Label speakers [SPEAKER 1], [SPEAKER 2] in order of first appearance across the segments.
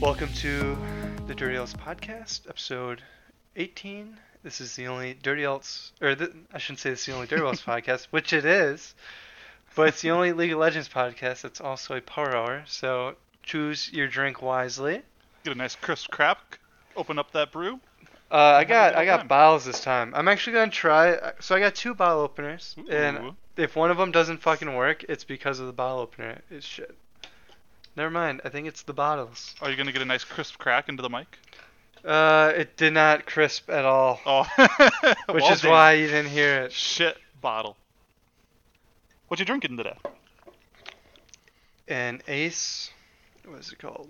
[SPEAKER 1] Welcome to the Dirty Elts podcast, episode 18. This is the only Dirty Elts, or the, I shouldn't say it's the only Dirty Elts podcast, which it is, but it's the only League of Legends podcast that's also a power hour. So choose your drink wisely.
[SPEAKER 2] Get a nice crisp crack. Open up that brew.
[SPEAKER 1] Uh, I
[SPEAKER 2] a
[SPEAKER 1] got
[SPEAKER 2] good
[SPEAKER 1] I got
[SPEAKER 2] time.
[SPEAKER 1] bottles this time. I'm actually gonna try. So I got two bottle openers, and
[SPEAKER 2] Ooh.
[SPEAKER 1] if one of them doesn't fucking work, it's because of the bottle opener. It's shit. Never mind. I think it's the bottles.
[SPEAKER 2] Are you gonna get a nice crisp crack into the mic?
[SPEAKER 1] Uh, it did not crisp at all,
[SPEAKER 2] Oh,
[SPEAKER 1] which
[SPEAKER 2] Well,
[SPEAKER 1] is
[SPEAKER 2] damn.
[SPEAKER 1] why you didn't hear it.
[SPEAKER 2] shit bottle. What you drinking today?
[SPEAKER 1] an ace what is it called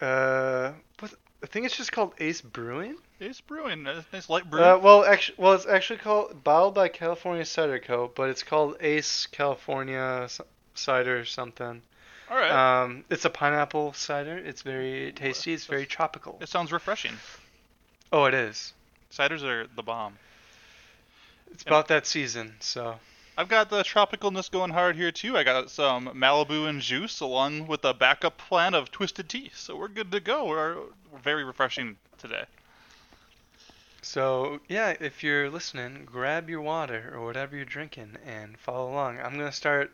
[SPEAKER 1] uh what i think it's just called ace brewing
[SPEAKER 2] It's brewing. a Nice light brew.
[SPEAKER 1] uh, well actually well it's actually called bottled by california cider co but it's called ace california C- cider something
[SPEAKER 2] All right.
[SPEAKER 1] um it's a pineapple cider it's very tasty it's very tropical
[SPEAKER 2] it sounds refreshing.
[SPEAKER 1] oh it is
[SPEAKER 2] Ciders are the bomb.
[SPEAKER 1] it's about that season so
[SPEAKER 2] I've got the tropicalness going hard here too. I got some Malibu and juice along with a backup plan of twisted tea, so we're good to go. We're, we're very refreshing today.
[SPEAKER 1] So yeah, if you're listening, grab your water or whatever you're drinking and follow along. I'm gonna start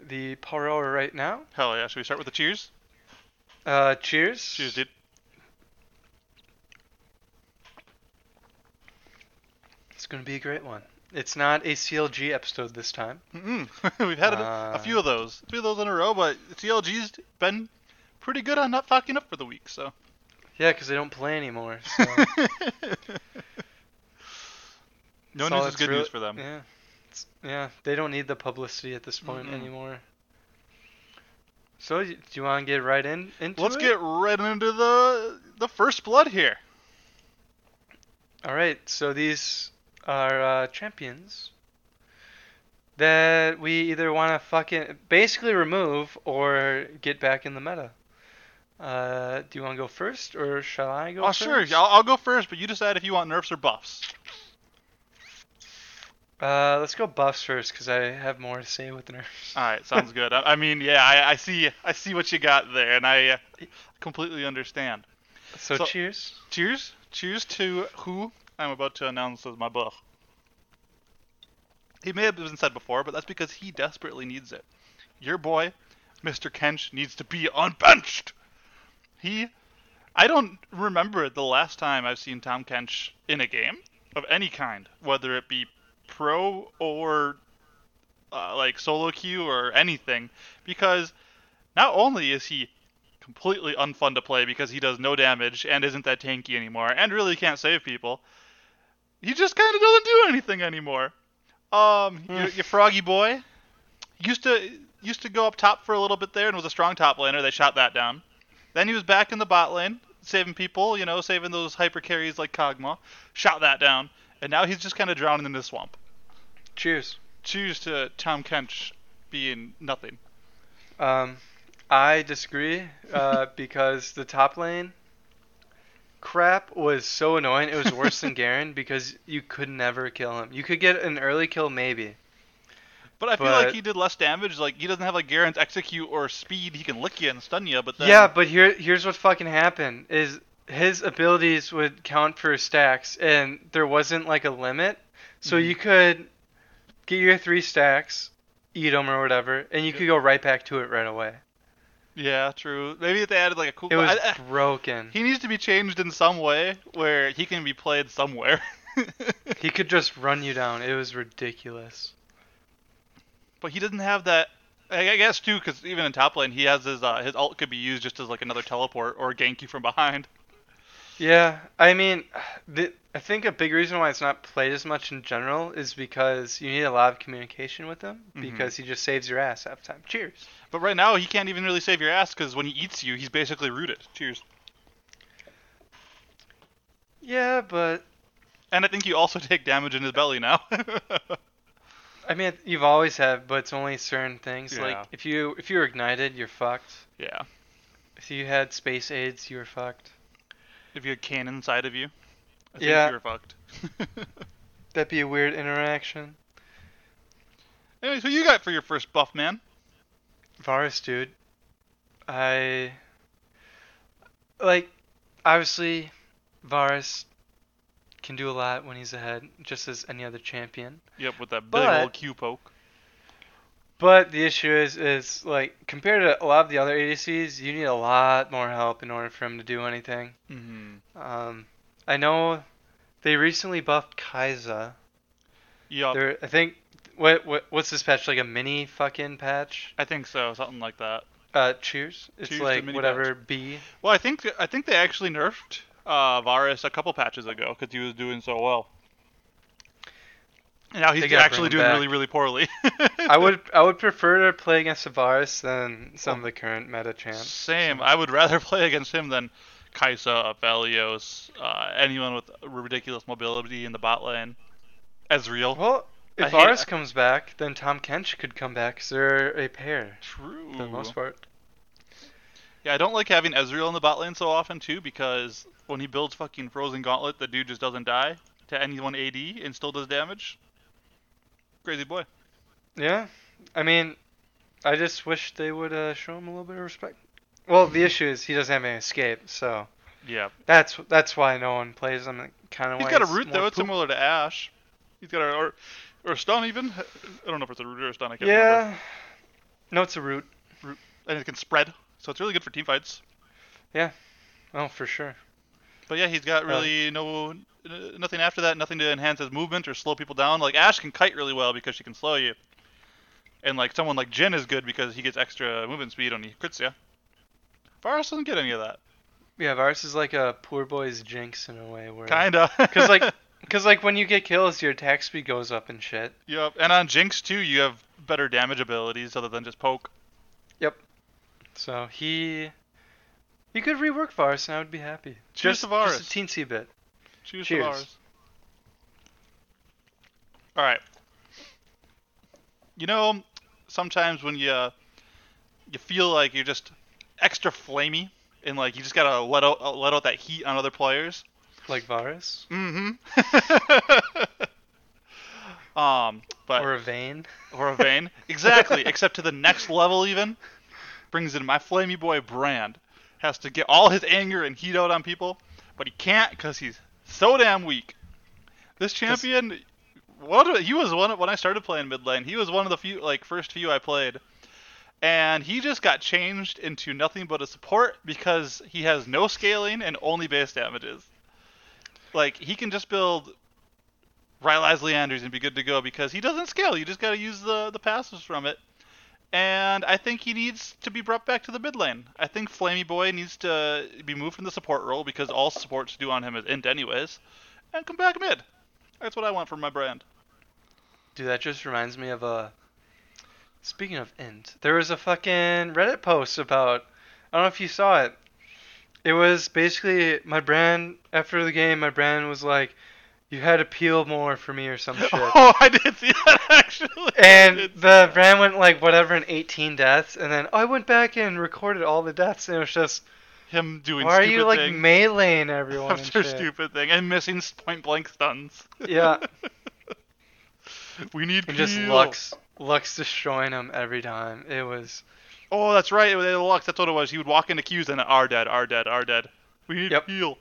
[SPEAKER 1] the power hour right now.
[SPEAKER 2] Hell yeah! Should we start with the cheers?
[SPEAKER 1] Uh, cheers.
[SPEAKER 2] Cheers, dude.
[SPEAKER 1] It's gonna be a great one. It's not a CLG episode this time.
[SPEAKER 2] Mm-mm. We've had a,
[SPEAKER 1] Uh,
[SPEAKER 2] a few of those, a few of those in a row, but CLG's been pretty good on not fucking up for the week. So
[SPEAKER 1] Yeah, 'cause they don't play anymore. So
[SPEAKER 2] no
[SPEAKER 1] That's all
[SPEAKER 2] news is
[SPEAKER 1] that's
[SPEAKER 2] good
[SPEAKER 1] really-
[SPEAKER 2] news for them.
[SPEAKER 1] yeah, it's, yeah, they don't need the publicity at this point
[SPEAKER 2] Mm-mm.
[SPEAKER 1] anymore. So y- do you want to get right in into
[SPEAKER 2] Let's
[SPEAKER 1] it?
[SPEAKER 2] get right into the the first blood here.
[SPEAKER 1] All right, so these are uh, champions that we either want to fucking basically remove or get back in the meta. Uh, do you want to go first, or shall I go
[SPEAKER 2] oh
[SPEAKER 1] first?
[SPEAKER 2] sure, I'll, I'll go first, but you decide if you want nerfs or buffs.
[SPEAKER 1] Uh, let's go buffs first, because I have more to say with nerfs.
[SPEAKER 2] All right, sounds good. I, I mean, yeah, I, I see, I see what you got there, and I uh, completely understand.
[SPEAKER 1] so,
[SPEAKER 2] so-
[SPEAKER 1] cheers.
[SPEAKER 2] Cheers, cheers to who I'm about to announce as my buff. He may have been said before, but that's because he desperately needs it. Your boy, Mr. Kench, needs to be unbenched. He, I don't remember the last time I've seen Tom Kench in a game of any kind, whether it be pro or uh, like solo queue or anything, because not only is he completely unfun to play because he does no damage and isn't that tanky anymore and really can't save people. He just kind of doesn't do anything anymore. Um, your, your froggy boy used to used to go up top for a little bit there and was a strong top laner. They shot that down. Then he was back in the bot lane, saving people, you know, saving those hyper carries like Kog'Maw. Shot that down, and now he's just kind of drowning in the swamp.
[SPEAKER 1] Cheers.
[SPEAKER 2] Choose to Tom Kench being nothing.
[SPEAKER 1] Um, I disagree uh, because the top lane crap was so annoying. It was worse than Garen because you could never kill him. You could get an early kill maybe.
[SPEAKER 2] But I feel
[SPEAKER 1] But-
[SPEAKER 2] like he did less damage. Like he doesn't have like Garen's execute or speed. He can lick you and stun you, but then
[SPEAKER 1] Yeah, but here here's what fucking happened is his abilities would count for stacks and there wasn't like a limit. So
[SPEAKER 2] Mm-hmm.
[SPEAKER 1] you could get your 3 stacks, eat them or whatever, and you could go right back to it right away.
[SPEAKER 2] yeah, true. Maybe if they added like a cool.
[SPEAKER 1] It was
[SPEAKER 2] I- I-
[SPEAKER 1] broken.
[SPEAKER 2] he needs to be changed in some way where he can be played somewhere.
[SPEAKER 1] He could just run you down. It was ridiculous.
[SPEAKER 2] but he doesn't have that. I I guess too, because even in top lane, he has his uh, his ult could be used just as like another teleport or gank you from behind.
[SPEAKER 1] Yeah, I mean, the, I think a big reason why it's not played as much in general is because you need a lot of communication with him
[SPEAKER 2] Mhm.
[SPEAKER 1] because he just saves your ass half the time. Cheers.
[SPEAKER 2] But right now, he can't even really save your ass because when he eats you, he's basically rooted. Cheers.
[SPEAKER 1] Yeah, but
[SPEAKER 2] And I think you also take damage in his belly now.
[SPEAKER 1] I mean, you've always had, but it's only certain things.
[SPEAKER 2] Yeah.
[SPEAKER 1] Like if you if you're ignited, you're fucked.
[SPEAKER 2] yeah.
[SPEAKER 1] If you had space aids, you were fucked.
[SPEAKER 2] If you had Kane inside of you, I think
[SPEAKER 1] Yeah.
[SPEAKER 2] you were fucked.
[SPEAKER 1] That'd be a weird interaction.
[SPEAKER 2] Anyways, who you got for your first buff, man?
[SPEAKER 1] Varus, dude. I like obviously Varus can do a lot when he's ahead, just as any other champion.
[SPEAKER 2] Yep, with that big
[SPEAKER 1] But-
[SPEAKER 2] old Q poke.
[SPEAKER 1] But the issue is, is like compared to a lot of the other ADCs, you need a lot more help in order for him to do anything.
[SPEAKER 2] Mm-hmm.
[SPEAKER 1] Um, I know they recently buffed Kaiza.
[SPEAKER 2] Yep,
[SPEAKER 1] There, I think what, what what's this patch like a mini fucking patch?
[SPEAKER 2] I think so, something like that.
[SPEAKER 1] Uh, cheers. It's
[SPEAKER 2] Cheers to
[SPEAKER 1] like
[SPEAKER 2] mini
[SPEAKER 1] whatever B.
[SPEAKER 2] Well, I think I think they actually nerfed uh, Varus a couple patches ago because he was doing so well. And now
[SPEAKER 1] They
[SPEAKER 2] he's
[SPEAKER 1] gotta
[SPEAKER 2] actually
[SPEAKER 1] bring him
[SPEAKER 2] doing
[SPEAKER 1] back.
[SPEAKER 2] really, really poorly.
[SPEAKER 1] I would I would prefer to play against Avaris than some of the current meta champs.
[SPEAKER 2] Same. I would rather play against him than Kaisa, Valios, uh, anyone with ridiculous mobility in the bot lane. Ezreal.
[SPEAKER 1] Well,
[SPEAKER 2] I
[SPEAKER 1] if
[SPEAKER 2] hate-
[SPEAKER 1] Varus comes back, then Tom Kench could come back 'cause they're a pair
[SPEAKER 2] True.
[SPEAKER 1] for the most part.
[SPEAKER 2] Yeah, I don't like having Ezreal in the bot lane so often too because when he builds fucking Frozen Gauntlet, the dude just doesn't die to anyone AD and still does damage. Crazy boy.
[SPEAKER 1] Yeah, I mean, I just wish they would uh, show him a little bit of respect. Well, the issue is he doesn't have any escape, so
[SPEAKER 2] Yeah.
[SPEAKER 1] that's that's why no one plays him. Kind of.
[SPEAKER 2] He's got a root though. It's similar to Ash. He's got a or, or a stun even. I don't know if it's a root or a stun. I can't remember.
[SPEAKER 1] Yeah. No, it's a root.
[SPEAKER 2] And it can spread, so it's really good for team fights.
[SPEAKER 1] Oh, for sure.
[SPEAKER 2] But yeah, he's got
[SPEAKER 1] Uh,
[SPEAKER 2] really no n- nothing after that, nothing to enhance his movement or slow people down. Like Ash can kite really well because she can slow you, and like someone like Jin is good because he gets extra movement speed when he crits you. Varus doesn't get any of that.
[SPEAKER 1] Yeah, Varus is like a poor boy's jinx in a way, where
[SPEAKER 2] Kinda.
[SPEAKER 1] 'Cause, like- Because like when you get kills, your attack speed goes up and shit.
[SPEAKER 2] yep. And on Jinx too, you have better damage abilities other than just poke.
[SPEAKER 1] So he, you could rework Varus, and I would be happy.
[SPEAKER 2] Cheers
[SPEAKER 1] just,
[SPEAKER 2] to Varus.
[SPEAKER 1] Just a teensy bit.
[SPEAKER 2] Choose
[SPEAKER 1] Cheers.
[SPEAKER 2] Solaris. All right. You know, sometimes when you uh, you feel like you're just extra flamey and like you just gotta let out uh, let out that heat on other players.
[SPEAKER 1] Like Varus
[SPEAKER 2] Mm-hmm. um, but
[SPEAKER 1] or a vein.
[SPEAKER 2] or a vein. Exactly, except to the next level even. Brings in my flamey boy Brand. Has to get all his anger and heat out on people, but he can't because he's so damn weak. This champion, what a- he was one of- when I started playing mid lane. He was one of the few like first few I played, and he just got changed into nothing but a support because he has no scaling and only base damages. Like he can just build Rylai's Leanders and be good to go because he doesn't scale. You just got to use the the passives from it. And I think he needs to be brought back to the mid lane. I think Flamey Boy needs to be moved from the support role because all supports do on him is int anyways, and come back mid. That's what I want from my brand.
[SPEAKER 1] Dude, that just reminds me of a. Speaking of end, there was a fucking Reddit post about. I don't know if you saw it. It was basically my brand after the game. My brand was like, "You had to peel more for me" or some shit.
[SPEAKER 2] Oh, I did see that actually. I
[SPEAKER 1] And
[SPEAKER 2] did see
[SPEAKER 1] the
[SPEAKER 2] that.
[SPEAKER 1] brand went like whatever in 18 deaths, and then I went back and recorded all the deaths, and it was just
[SPEAKER 2] him doing
[SPEAKER 1] Why are
[SPEAKER 2] stupid
[SPEAKER 1] you like
[SPEAKER 2] thing
[SPEAKER 1] meleeing everyone? and
[SPEAKER 2] after
[SPEAKER 1] shit?
[SPEAKER 2] stupid thing and missing point blank stuns.
[SPEAKER 1] Yeah.
[SPEAKER 2] we need
[SPEAKER 1] And just
[SPEAKER 2] peel.
[SPEAKER 1] Lux, Lux destroying him every time. It was
[SPEAKER 2] Oh, that's right. They had Lux. That's what it was. He would walk into queues and are dead, are dead, are dead. We need
[SPEAKER 1] Yep.
[SPEAKER 2] heal.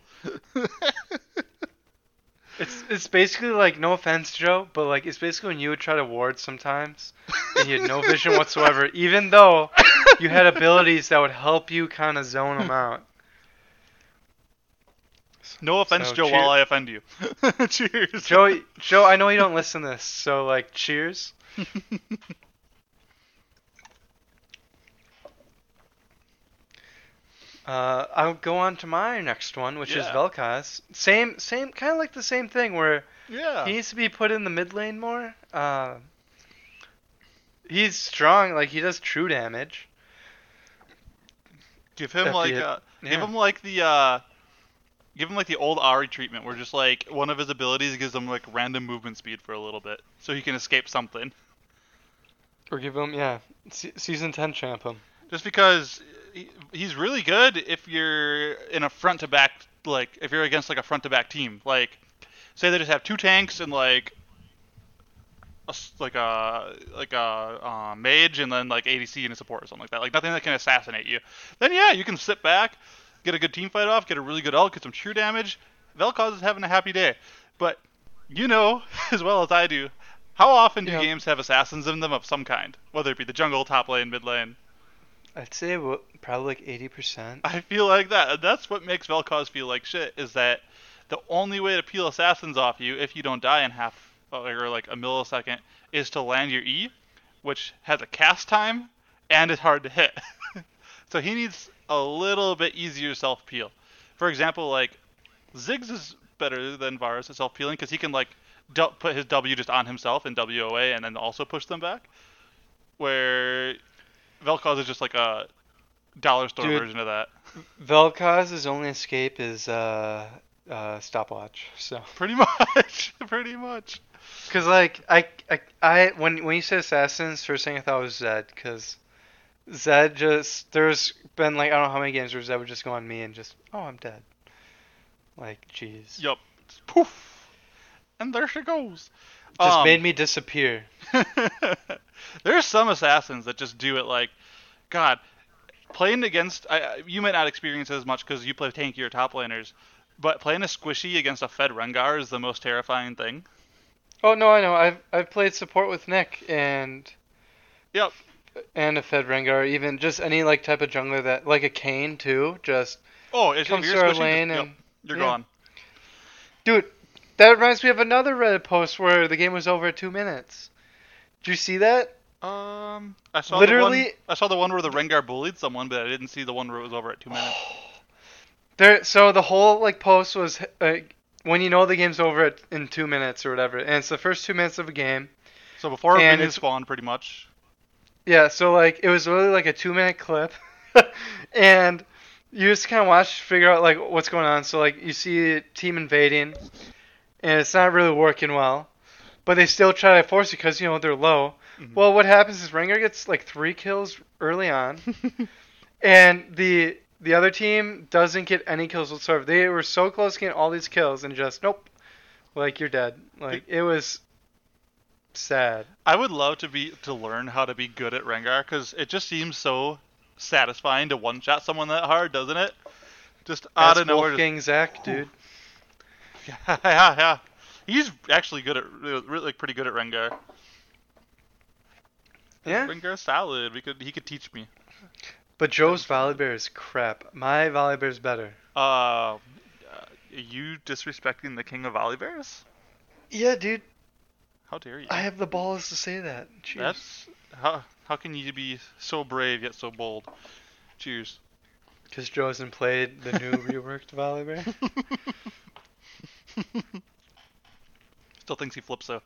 [SPEAKER 1] it's it's basically like no offense, Joe, but like it's basically when you would try to ward sometimes, and you had no vision whatsoever, even though you had abilities that would help you kind of zone them out.
[SPEAKER 2] No offense,
[SPEAKER 1] So,
[SPEAKER 2] Joe.
[SPEAKER 1] cheer-
[SPEAKER 2] While I offend you. Cheers.
[SPEAKER 1] Joe, Joe, I know you don't listen to this, so like, cheers. Uh, I'll go on to my next one, which is
[SPEAKER 2] Yeah.
[SPEAKER 1] Vel'Koz. Same, same, kind of like the same thing where
[SPEAKER 2] yeah.
[SPEAKER 1] he needs to be put in the mid lane more. Uh, he's strong, like he does true damage.
[SPEAKER 2] give him
[SPEAKER 1] If
[SPEAKER 2] like
[SPEAKER 1] he-
[SPEAKER 2] uh, give
[SPEAKER 1] yeah.
[SPEAKER 2] him like the uh, give him like the old Ari treatment, where just like one of his abilities gives him like random movement speed for a little bit, so he can escape something.
[SPEAKER 1] Or give him, yeah, se- season ten champ him.
[SPEAKER 2] Just because he, he's really good if you're in a front to back like if you're against like a front to back team. Like say they just have two tanks and like a s like a like a uh, mage and then like ADC and a support or something like that. Like nothing that can assassinate you. Then yeah, you can sit back, get a good team fight off, get a really good ult, get some true damage. Vel'Koz is having a happy day. But you know as well as I do, how often do
[SPEAKER 1] Yeah.
[SPEAKER 2] games have assassins in them of some kind, whether it be the jungle, top lane, mid lane?
[SPEAKER 1] I'd say what, probably like eighty percent.
[SPEAKER 2] I feel like that. and That's what makes Vel'Koz feel like shit. Is that the only way to peel assassins off you if you don't die in half or like a millisecond is to land your E, which has a cast time and is hard to hit. so he needs a little bit easier self peel. For example, like Ziggs is better than Varus at self peeling because he can like du- put his W just on himself and W away and then also push them back. Where Vel'Koz is just like a dollar store
[SPEAKER 1] Dude,
[SPEAKER 2] version of that.
[SPEAKER 1] Vel'Koz's only escape is uh, uh, stopwatch. So,
[SPEAKER 2] Pretty much. Pretty much.
[SPEAKER 1] because like I, I, I when when you said assassins, first thing I thought was Zed, because Zed just there's been like I don't know how many games where Zed would just go on me and just oh I'm dead. Like jeez,
[SPEAKER 2] Yup. Poof. And there she goes.
[SPEAKER 1] just
[SPEAKER 2] Um,
[SPEAKER 1] made me disappear.
[SPEAKER 2] There's some assassins that just do it like, God, playing against. I- I, you might not experience it as much because you play tankier top laners, but playing a squishy against a Fed Rengar is the most terrifying thing.
[SPEAKER 1] Oh no, I know. I've I've played support with Nick and
[SPEAKER 2] Yep.
[SPEAKER 1] and a Fed Rengar, even just any like type of jungler that like a Kane too. Just
[SPEAKER 2] Oh, it's
[SPEAKER 1] comes
[SPEAKER 2] if
[SPEAKER 1] to
[SPEAKER 2] you're
[SPEAKER 1] our
[SPEAKER 2] squishy,
[SPEAKER 1] lane
[SPEAKER 2] yep,
[SPEAKER 1] and
[SPEAKER 2] you're
[SPEAKER 1] yeah.
[SPEAKER 2] gone.
[SPEAKER 1] Dude, that reminds me of another Reddit post where the game was over at two minutes. Did you see that?
[SPEAKER 2] Um, I saw The one,
[SPEAKER 1] Literally-
[SPEAKER 2] I saw the one where the Rengar bullied someone, but I didn't see the one where it was over at two minutes.
[SPEAKER 1] There. So the whole like post was like when you know the game's over at, in two minutes or whatever, and it's the first two minutes of a game.
[SPEAKER 2] So before
[SPEAKER 1] And
[SPEAKER 2] minions
[SPEAKER 1] it's-
[SPEAKER 2] spawn, pretty much.
[SPEAKER 1] Yeah. So like it was really like a two minute clip, and you just kind of watch, figure out like what's going on. So like you see team invading, and it's not really working well, but they still try to force it because you know they're low.
[SPEAKER 2] Mhm.
[SPEAKER 1] Well, what happens is Rengar gets like three kills early on, and the the other team doesn't get any kills whatsoever. They were so close to getting all these kills, and just nope, like you're dead. Like it was sad.
[SPEAKER 2] I would love to be to learn how to be good at Rengar because it just seems so satisfying to one shot someone that hard, doesn't it? Just out
[SPEAKER 1] That's
[SPEAKER 2] of nowhere. Just,
[SPEAKER 1] Wolfgang Zack, dude.
[SPEAKER 2] yeah, yeah, yeah. He's actually good at really like, pretty good at Rengar.
[SPEAKER 1] Yeah.
[SPEAKER 2] Rengar's solid. We could he could teach me.
[SPEAKER 1] But Joe's volley bear is crap. My volley bear is better.
[SPEAKER 2] Uh, are uh, you disrespecting the king of Volibears?
[SPEAKER 1] Yeah, dude.
[SPEAKER 2] How dare you?
[SPEAKER 1] I have the balls to say that. Jeez.
[SPEAKER 2] That's how how can you be so brave yet so bold? Cheers.
[SPEAKER 1] Because Joe hasn't played the new reworked volley bear.
[SPEAKER 2] Still thinks he flips though.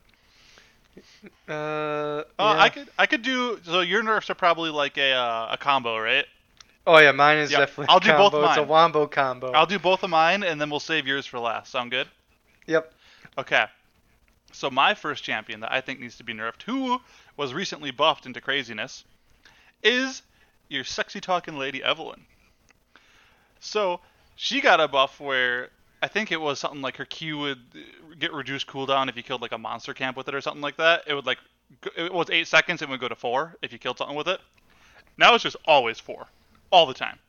[SPEAKER 1] Uh,
[SPEAKER 2] Oh,
[SPEAKER 1] yeah.
[SPEAKER 2] I could I could do so. Your nerfs are probably like a uh, a combo, right?
[SPEAKER 1] Oh yeah, mine is
[SPEAKER 2] Yeah,
[SPEAKER 1] definitely.
[SPEAKER 2] I'll
[SPEAKER 1] a
[SPEAKER 2] do both
[SPEAKER 1] combo. It's a
[SPEAKER 2] mine.
[SPEAKER 1] wombo combo.
[SPEAKER 2] I'll do both of mine, and then we'll save yours for last. Sound good?
[SPEAKER 1] Yep.
[SPEAKER 2] Okay. So my first champion that I think needs to be nerfed, who was recently buffed into craziness, is your sexy talking lady Evelyn. So she got a buff where I think it was something like her Q would uh, get reduced cooldown if you killed like a monster camp with it or something like that. It would like go- it was eight seconds, it would go to four if you killed something with it. Now it's just always four, all the time.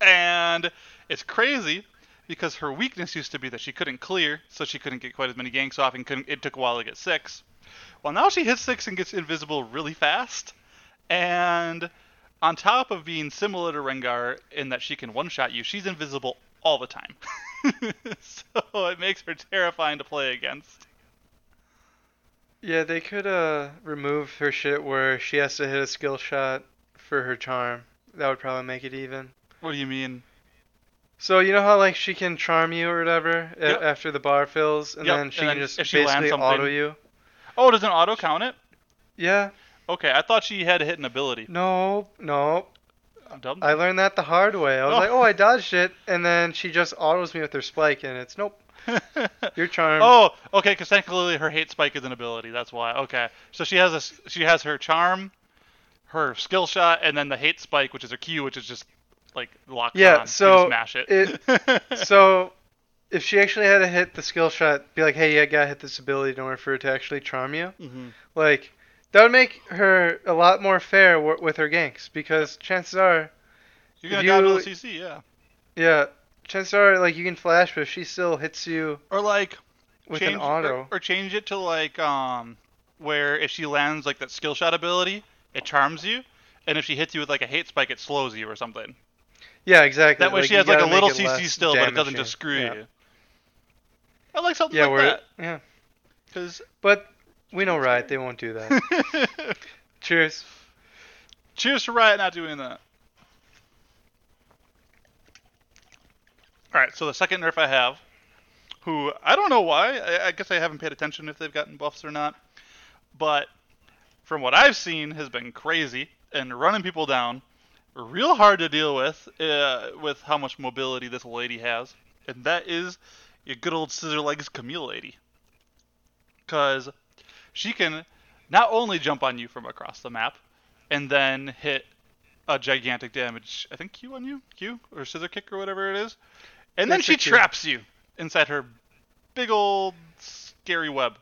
[SPEAKER 2] And it's crazy because her weakness used to be that she couldn't clear, so she couldn't get quite as many ganks off, and couldn't, it took a while to get six. Well, now she hits six and gets invisible really fast, and on top of being similar to Rengar in that she can one-shot you, she's invisible all the time. so it makes her terrifying to play against.
[SPEAKER 1] Yeah, they could uh remove her shit where she has to hit a skill shot for her charm. That would probably make it even.
[SPEAKER 2] What do you mean?
[SPEAKER 1] So you know how like she can charm you or whatever a-
[SPEAKER 2] Yep.
[SPEAKER 1] after the bar fills, and
[SPEAKER 2] Yep,
[SPEAKER 1] then she
[SPEAKER 2] and
[SPEAKER 1] can
[SPEAKER 2] then
[SPEAKER 1] just
[SPEAKER 2] if she lands
[SPEAKER 1] basically
[SPEAKER 2] something-
[SPEAKER 1] auto you.
[SPEAKER 2] Oh, does an auto count it?
[SPEAKER 1] Yeah.
[SPEAKER 2] Okay, I thought she had hit an ability.
[SPEAKER 1] No. No.
[SPEAKER 2] I'm dumb.
[SPEAKER 1] I learned that the hard way. I was
[SPEAKER 2] Oh.
[SPEAKER 1] like, oh, I dodged it, and then she just autos me with her spike, and it's nope. Your charm.
[SPEAKER 2] Oh, okay, because technically her hate spike is an ability. That's why. Okay, so she has a s- she has her charm, her skill shot, and then the hate spike, which is her Q, which is just like locked
[SPEAKER 1] Yeah,
[SPEAKER 2] on. You
[SPEAKER 1] so
[SPEAKER 2] just mash it.
[SPEAKER 1] it- So if she actually had to hit the skill shot, be like, hey, yeah, I gotta hit this ability in order for it to actually charm you.
[SPEAKER 2] Mm-hmm.
[SPEAKER 1] Like, that would make her a lot more fair w- with her ganks because chances are,
[SPEAKER 2] You're
[SPEAKER 1] If
[SPEAKER 2] gonna die to
[SPEAKER 1] you-
[SPEAKER 2] the CC, yeah.
[SPEAKER 1] yeah, chances are, like, you can flash, but if she still hits you
[SPEAKER 2] Or like
[SPEAKER 1] with
[SPEAKER 2] change
[SPEAKER 1] an
[SPEAKER 2] or-
[SPEAKER 1] auto.
[SPEAKER 2] Or, change it to like um where if she lands like that skill shot ability, it charms you, and if she hits you with like a hate spike, it slows you or something.
[SPEAKER 1] yeah, exactly.
[SPEAKER 2] That way she
[SPEAKER 1] you
[SPEAKER 2] has like a
[SPEAKER 1] gotta make
[SPEAKER 2] little
[SPEAKER 1] it
[SPEAKER 2] CC
[SPEAKER 1] less
[SPEAKER 2] still, but it doesn't
[SPEAKER 1] damaging.
[SPEAKER 2] just screw
[SPEAKER 1] yeah.
[SPEAKER 2] you. I like something
[SPEAKER 1] Yeah,
[SPEAKER 2] like
[SPEAKER 1] we're,
[SPEAKER 2] that
[SPEAKER 1] yeah.
[SPEAKER 2] because
[SPEAKER 1] But we know Riot, they won't do that. Cheers.
[SPEAKER 2] cheers to Riot not doing that. All right, so the second nerf I have, who I don't know why, I, I guess I haven't paid attention if they've gotten buffs or not, but from what I've seen, has been crazy and running people down, real hard to deal with, uh, with how much mobility this lady has, and that is your good old scissor legs Camille lady, because she can not only jump on you from across the map, and then hit a gigantic damage. I think Q on you, Q or scissor kick or whatever it is, and then
[SPEAKER 1] That's
[SPEAKER 2] she
[SPEAKER 1] a Q.
[SPEAKER 2] traps you inside her big old scary web,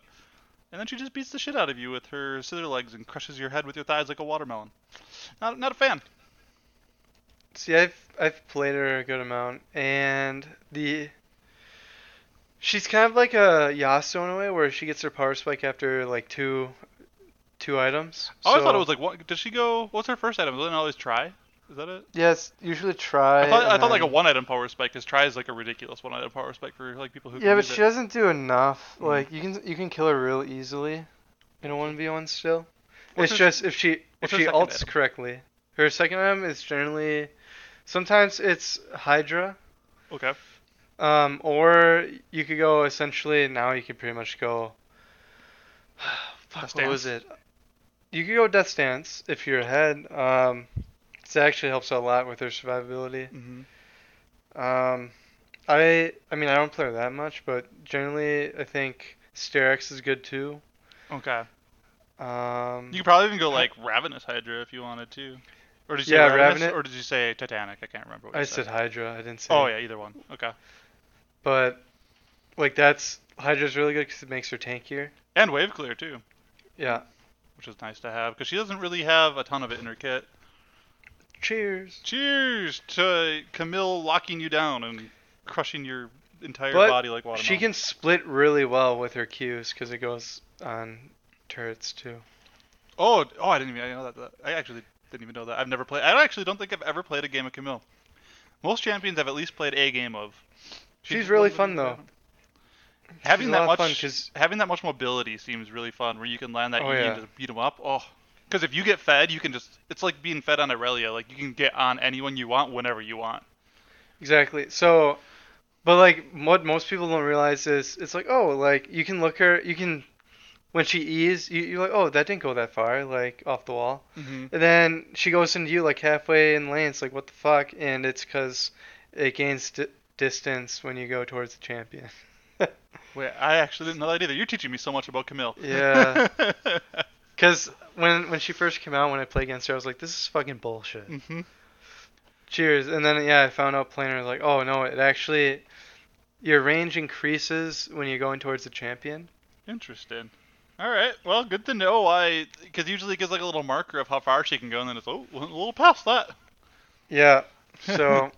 [SPEAKER 2] and then she just beats the shit out of you with her scissor legs and crushes your head with your thighs like a watermelon. Not not a fan.
[SPEAKER 1] See, I've I've played her a good amount, and the she's kind of like a Yasuo in a way, where she gets her power spike after like two two items.
[SPEAKER 2] I always thought it
[SPEAKER 1] So-
[SPEAKER 2] was like, what? Did she go? What's her first item? Doesn't it always try? Is that it?
[SPEAKER 1] yes, usually try.
[SPEAKER 2] I thought,
[SPEAKER 1] and
[SPEAKER 2] I thought like a
[SPEAKER 1] then-
[SPEAKER 2] one item power spike because try is like a ridiculous one item power spike for like people who
[SPEAKER 1] Yeah, but
[SPEAKER 2] can use
[SPEAKER 1] she
[SPEAKER 2] it.
[SPEAKER 1] doesn't do enough.
[SPEAKER 2] Mm.
[SPEAKER 1] Like you can you can kill her real easily in a one v one still.
[SPEAKER 2] What's
[SPEAKER 1] it's
[SPEAKER 2] her-
[SPEAKER 1] just if she if
[SPEAKER 2] what's her
[SPEAKER 1] she
[SPEAKER 2] second
[SPEAKER 1] ults
[SPEAKER 2] item?
[SPEAKER 1] correctly. Her second item is generally sometimes it's Hydra.
[SPEAKER 2] okay.
[SPEAKER 1] Um, or you could go essentially now. You could pretty much go. Fuck,
[SPEAKER 2] Death
[SPEAKER 1] what was it? You could go Death Stance if you're ahead. Um, so it actually helps out a lot with her survivability.
[SPEAKER 2] hmm
[SPEAKER 1] Um, I I mean I don't play her that much, but generally I think Sterix is good too.
[SPEAKER 2] Okay.
[SPEAKER 1] Um,
[SPEAKER 2] You could probably even go like Ravenous Hydra if you wanted to. Or did you
[SPEAKER 1] Yeah,
[SPEAKER 2] say Ravenous,
[SPEAKER 1] Ravenous-
[SPEAKER 2] Or did you say Titanic? I can't remember. What
[SPEAKER 1] I
[SPEAKER 2] you
[SPEAKER 1] said Hydra. I didn't say.
[SPEAKER 2] Oh yeah, either one. Okay.
[SPEAKER 1] But like that's Hydra's really good because it makes her tankier.
[SPEAKER 2] And Wave Clear too,
[SPEAKER 1] Yeah.
[SPEAKER 2] which is nice to have because she doesn't really have a ton of it in her kit.
[SPEAKER 1] Cheers.
[SPEAKER 2] Cheers to Camille locking you down and crushing your entire
[SPEAKER 1] But
[SPEAKER 2] body like watermelon.
[SPEAKER 1] She can split really well with her Qs because it goes on turrets too.
[SPEAKER 2] Oh, oh, I didn't even I know that, that. I actually didn't even know that. I've never played. I actually don't think I've ever played a game of Camille. Most champions have at least played a game of. She
[SPEAKER 1] She's
[SPEAKER 2] just
[SPEAKER 1] really
[SPEAKER 2] wasn't
[SPEAKER 1] fun,
[SPEAKER 2] good at
[SPEAKER 1] though.
[SPEAKER 2] it. Having
[SPEAKER 1] She's a
[SPEAKER 2] that
[SPEAKER 1] lot of
[SPEAKER 2] much,
[SPEAKER 1] fun 'cause-
[SPEAKER 2] having that much mobility seems really fun. Where you can land that
[SPEAKER 1] Oh,
[SPEAKER 2] E
[SPEAKER 1] yeah.
[SPEAKER 2] and just beat them up. Oh, because if you get fed, you can just. It's like being fed on Aurelia. Like you can get on anyone you want whenever you want.
[SPEAKER 1] Exactly. So, but like what most people don't realize is it's like oh like you can look her you can when she E's you you're like oh that didn't go that far like off the wall
[SPEAKER 2] Mm-hmm.
[SPEAKER 1] and then she goes into you like halfway in lane it's like what the fuck and it's because it gains di- distance when you go towards the champion.
[SPEAKER 2] Wait, I actually didn't know that either. You're teaching me so much about Camille.
[SPEAKER 1] Yeah. Because when when she first came out when I played against her I was like this is fucking bullshit.
[SPEAKER 2] hmm
[SPEAKER 1] Cheers. And then yeah, I found out planar like, oh no, it actually your range increases when you're going towards the champion.
[SPEAKER 2] Interesting. All right. Well, good to know why, because usually it gives like a little marker of how far she can go, and then it's oh, a little past that.
[SPEAKER 1] Yeah. So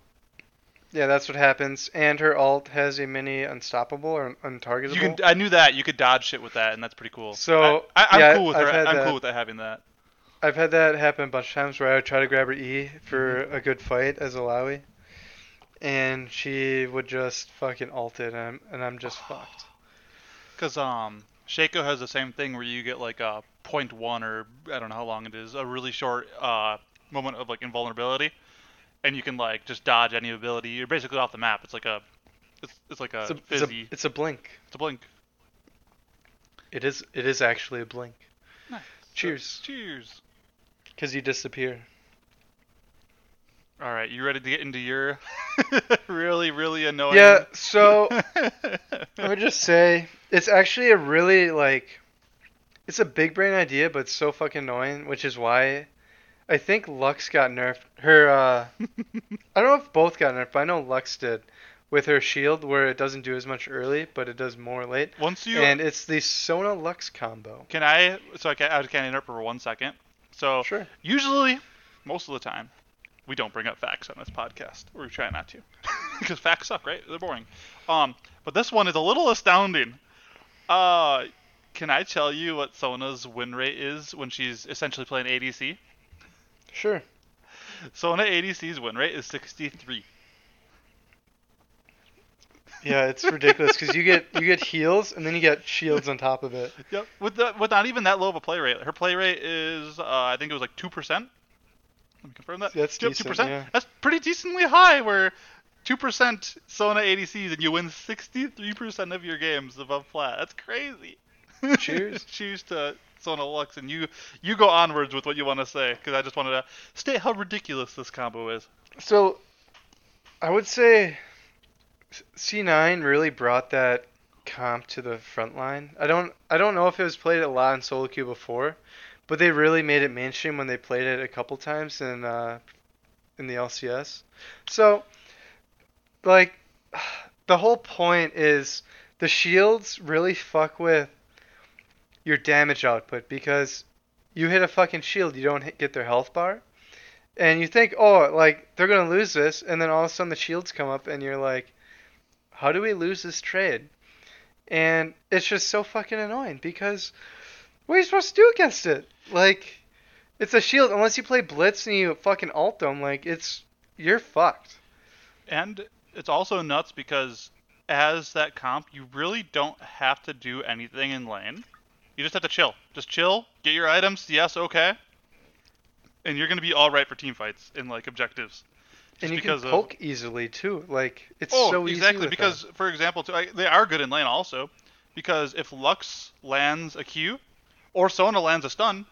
[SPEAKER 1] yeah, that's what happens. And her alt has a mini unstoppable or untargetable.
[SPEAKER 2] You can. I knew that you could dodge shit with that, and that's pretty cool.
[SPEAKER 1] So,
[SPEAKER 2] I, I, I'm
[SPEAKER 1] yeah,
[SPEAKER 2] cool with
[SPEAKER 1] I've
[SPEAKER 2] her.
[SPEAKER 1] had
[SPEAKER 2] I'm
[SPEAKER 1] that.
[SPEAKER 2] cool with that having that.
[SPEAKER 1] I've had that happen a bunch of times where I would try to grab her E for
[SPEAKER 2] Mm-hmm.
[SPEAKER 1] a good fight as a Lowy. And she would just fucking alt it, and I'm, and I'm just fucked.
[SPEAKER 2] Cause um, Shaco has the same thing where you get like a point one or I don't know how long it is, a really short uh moment of like invulnerability, and you can like just dodge any ability. You're basically off the map. It's like a, it's, it's like a
[SPEAKER 1] It's a, it's,
[SPEAKER 2] fizzy.
[SPEAKER 1] a, it's a blink.
[SPEAKER 2] it's a blink.
[SPEAKER 1] It is it is actually a blink
[SPEAKER 2] Nice.
[SPEAKER 1] Cheers.
[SPEAKER 2] Cheers.
[SPEAKER 1] because you disappear.
[SPEAKER 2] All right, you ready to get into your really really annoying?
[SPEAKER 1] Yeah. So I
[SPEAKER 2] I
[SPEAKER 1] would just say it's actually a really like it's a big brain idea, but it's so fucking annoying, which is why I think Lux got nerfed. Her uh I don't know if both got nerfed, but I know Lux did. with her shield where it doesn't do as much early, but it does more late.
[SPEAKER 2] Once you
[SPEAKER 1] And it's the Sona Lux combo.
[SPEAKER 2] can I so I can I can interrupt for one second. So
[SPEAKER 1] Sure.
[SPEAKER 2] usually, most of the time, we don't bring up facts on this podcast. Or we try not to, because facts suck, right? They're boring. Um, but this one is a little astounding. Uh, can I tell you what Sona's win rate is when she's essentially playing ADC?
[SPEAKER 1] Sure.
[SPEAKER 2] Sona ADC's win rate is 63.
[SPEAKER 1] Yeah, it's ridiculous because you get you get heals and then you get shields on top of it.
[SPEAKER 2] Yep. With the, with not even that low of a play rate. Her play rate is uh, I think it was like two percent. Let me confirm that.
[SPEAKER 1] That's
[SPEAKER 2] Yep,
[SPEAKER 1] decent,
[SPEAKER 2] 2%.
[SPEAKER 1] yeah.
[SPEAKER 2] That's pretty decently high. Where two percent Sona ADCs and you win sixty three percent of your games above flat. That's crazy.
[SPEAKER 1] Cheers.
[SPEAKER 2] Cheers to Sona Lux, and you you go onwards with what you want to say because I just wanted to state how ridiculous this combo is.
[SPEAKER 1] So, I would say C9 really brought that comp to the front line. I don't I don't know if it was played a lot in solo queue before, but they really made it mainstream when they played it a couple times in uh, in the LCS. So, like the whole point is the shields really fuck with your damage output because you hit a fucking shield, you don't hit, get their health bar and you think, oh, like they're gonna lose this, and then all of a sudden the shields come up, and you're like, how do we lose this trade? And it's just so fucking annoying because what are you supposed to do against it? Like, it's a shield unless you play blitz and you fucking alt them. Like, it's you're fucked.
[SPEAKER 2] And it's also nuts because as that comp, you really don't have to do anything in lane. You just have to chill. Just chill, get your items, yes, okay. And you're going to be all right for team fights and like objectives.
[SPEAKER 1] And
[SPEAKER 2] Just
[SPEAKER 1] you can
[SPEAKER 2] because of-
[SPEAKER 1] poke easily too. Like, it's
[SPEAKER 2] oh,
[SPEAKER 1] so easy.
[SPEAKER 2] exactly.
[SPEAKER 1] with
[SPEAKER 2] Because
[SPEAKER 1] them.
[SPEAKER 2] for example, too, I, they are good in lane also, because if Lux lands a Q, or Sona lands a stun,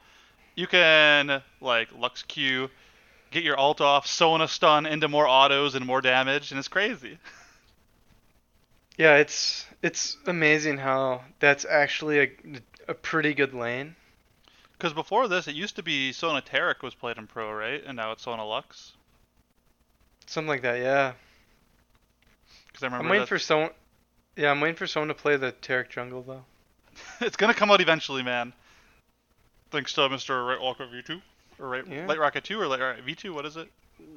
[SPEAKER 2] you can like Lux Q, get your alt off, Sona stun into more autos and more damage, and it's crazy.
[SPEAKER 1] yeah, it's it's amazing how that's actually a a pretty good lane.
[SPEAKER 2] Because before this, it used to be Sona Taric was played in Pro, right? And now it's Sona Lux.
[SPEAKER 1] Something like that. Yeah.
[SPEAKER 2] Because I remember
[SPEAKER 1] I'm waiting
[SPEAKER 2] that-
[SPEAKER 1] for someone. Yeah, I'm waiting for someone to play the Taric jungle though.
[SPEAKER 2] it's gonna come out eventually, man. Thanks to Mr. Right Walker V2 or right,
[SPEAKER 1] Yeah.
[SPEAKER 2] Light Rocket 2 or Light Rocket V2. What is it?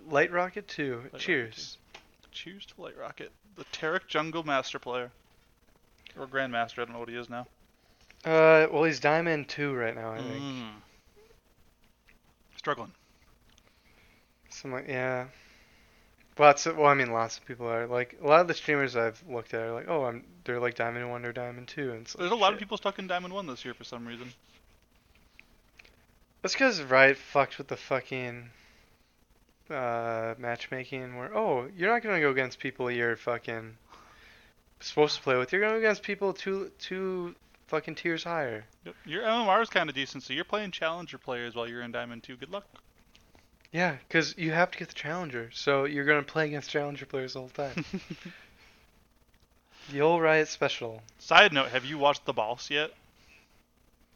[SPEAKER 1] Light Rocket 2.
[SPEAKER 2] Rocket
[SPEAKER 1] Cheers.
[SPEAKER 2] Choose to Light Rocket, the Taric Jungle Master Player or Grandmaster. I don't know what he is now.
[SPEAKER 1] Uh, well, he's Diamond 2 right now, I think.
[SPEAKER 2] Mm. Struggling.
[SPEAKER 1] Some like yeah. Lots of well, I mean, lots of people are like a lot of the streamers I've looked at are like, oh, I'm they're like Diamond 1 or Diamond 2, and it's
[SPEAKER 2] There's a
[SPEAKER 1] like,
[SPEAKER 2] lot of
[SPEAKER 1] shit.
[SPEAKER 2] people stuck in Diamond One this year for some reason.
[SPEAKER 1] That's because Riot fucked with the fucking uh matchmaking where oh, you're not gonna go against people you're fucking supposed to play with. You're gonna go against people two two fucking tiers higher.
[SPEAKER 2] Yep. Your MMR is kind of decent, so you're playing Challenger players while you're in Diamond Two. Good luck.
[SPEAKER 1] Yeah, because you have to get the challenger, so you're gonna play against challenger players all the time. the old Riot special.
[SPEAKER 2] Side note: Have you watched The Boss yet?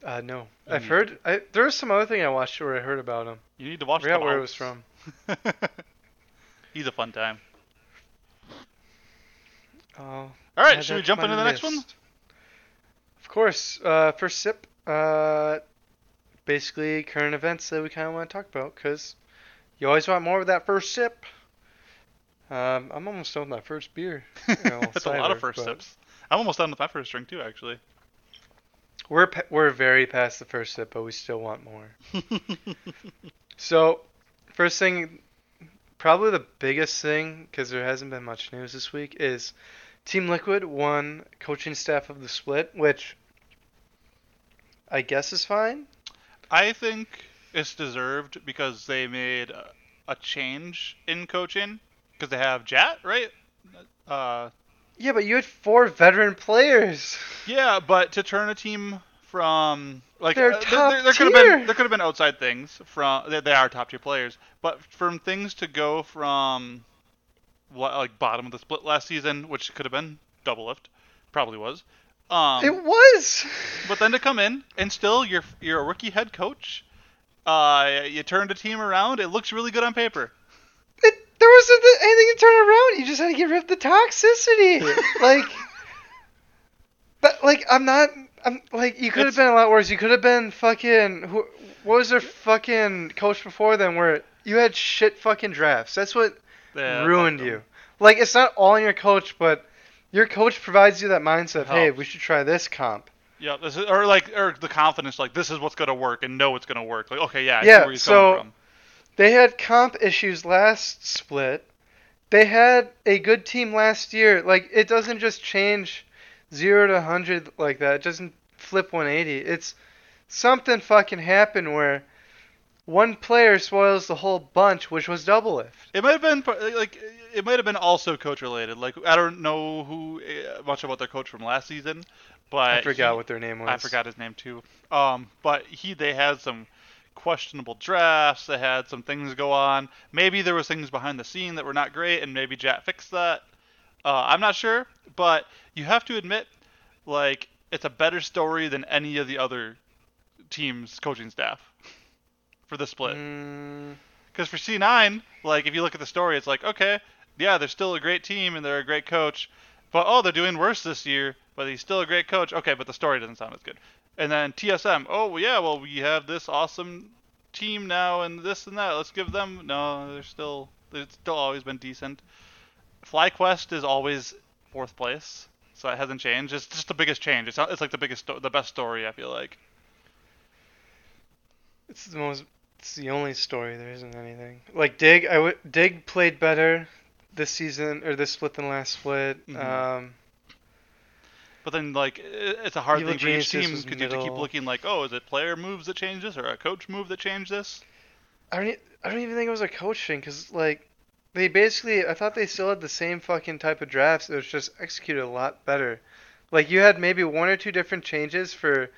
[SPEAKER 1] Uh, no,
[SPEAKER 2] You
[SPEAKER 1] I've
[SPEAKER 2] need
[SPEAKER 1] heard. I, there was some other thing I watched where I heard about him.
[SPEAKER 2] You need to
[SPEAKER 1] I
[SPEAKER 2] watch.
[SPEAKER 1] forgot
[SPEAKER 2] The
[SPEAKER 1] where it
[SPEAKER 2] Boss.
[SPEAKER 1] was from.
[SPEAKER 2] He's a fun time.
[SPEAKER 1] Oh,
[SPEAKER 2] All right,
[SPEAKER 1] yeah,
[SPEAKER 2] should we
[SPEAKER 1] that's
[SPEAKER 2] jump
[SPEAKER 1] my
[SPEAKER 2] into the next one?
[SPEAKER 1] list. Of course. Uh, first sip. Uh, basically current events that we kind of want to talk about because you always want more of that first sip. Um, I'm almost done with my first beer. well,
[SPEAKER 2] That's a lot
[SPEAKER 1] cider,
[SPEAKER 2] of first
[SPEAKER 1] but-
[SPEAKER 2] sips. I'm almost done with my first drink too, actually.
[SPEAKER 1] We're pa- we're very past the first sip, but we still want more. So, first thing, probably the biggest thing, because there hasn't been much news this week, is Team Liquid won coaching staff of the split, which I guess is fine.
[SPEAKER 2] I think it's deserved because they made a, a change in coaching because they have Jat, right? Uh,
[SPEAKER 1] Yeah, but you had four veteran players.
[SPEAKER 2] yeah, but to turn a team from like
[SPEAKER 1] They're
[SPEAKER 2] uh,
[SPEAKER 1] top
[SPEAKER 2] there, there could have
[SPEAKER 1] tier.
[SPEAKER 2] been there could have been outside things from they, they are top tier players, but from things to go from what like bottom of the split last season, which could have been double lift, probably was. Um,
[SPEAKER 1] it was.
[SPEAKER 2] But then to come in and still you're you're a rookie head coach. Uh, you turned a team around. It looks really good on paper.
[SPEAKER 1] It, there wasn't th- anything to turn around. You just had to get rid of the toxicity. like, that, like I'm not. I'm like you could have
[SPEAKER 2] It's-
[SPEAKER 1] been a lot worse. You could have been fucking. Who, what was their fucking coach before them? Where you had shit fucking drafts. That's what
[SPEAKER 2] Yeah, fuck
[SPEAKER 1] ruined
[SPEAKER 2] them.
[SPEAKER 1] you. Like it's not all on your coach, but your coach provides you that mindset. Of, hey,
[SPEAKER 2] Helps.
[SPEAKER 1] we should try this comp.
[SPEAKER 2] Yeah, this is, or like or the confidence, like this is what's gonna work, and know it's gonna work. Like okay, yeah, I
[SPEAKER 1] Yeah,
[SPEAKER 2] see where he's
[SPEAKER 1] so-
[SPEAKER 2] coming from.
[SPEAKER 1] They had comp issues last split. They had a good team last year. Like it doesn't just change zero to hundred like that. It doesn't flip 180. It's something fucking happened where one player spoils the whole bunch, which was double lift.
[SPEAKER 2] It might have been par- like it might have been also coach related. Like I don't know who uh, much about their coach from last season, but
[SPEAKER 1] I forgot
[SPEAKER 2] he-
[SPEAKER 1] what their name was.
[SPEAKER 2] I forgot his name too. Um, but he they had some questionable drafts. They had some things go on. Maybe there was things behind the scene that were not great, and maybe Jat fixed that. Uh, I'm not sure, but you have to admit, like it's a better story than any of the other teams' coaching staff for the split.
[SPEAKER 1] Mm,
[SPEAKER 2] Because for C9, like if you look at the story, it's like okay, yeah, they're still a great team and they're a great coach, but oh, they're doing worse this year, but he's still a great coach. Okay, but the story doesn't sound as good. And then TSM, oh well, yeah, well we have this awesome team now and this and that. Let's give them. No, they're still it's still always been decent. FlyQuest is always fourth place, so it hasn't changed. It's just the biggest change. It's not, it's like the biggest sto- the best story I feel like.
[SPEAKER 1] it's the most. It's the only story. There isn't anything. Like Dig, I would Dig played better this season or this split than last split.
[SPEAKER 2] Mhm.
[SPEAKER 1] Um,
[SPEAKER 2] But then, like, i- it's a hard
[SPEAKER 1] Evil
[SPEAKER 2] thing for each
[SPEAKER 1] Geniuses
[SPEAKER 2] team
[SPEAKER 1] was
[SPEAKER 2] because you have to keep
[SPEAKER 1] middle.
[SPEAKER 2] looking like, oh, is it player moves that change this or a coach move that change this?
[SPEAKER 1] I don't. e- I don't even think it was a coach thing, cause like, they basically. I thought they still had the same fucking type of drafts. It was just executed a lot better. Like you had maybe one or two different changes for.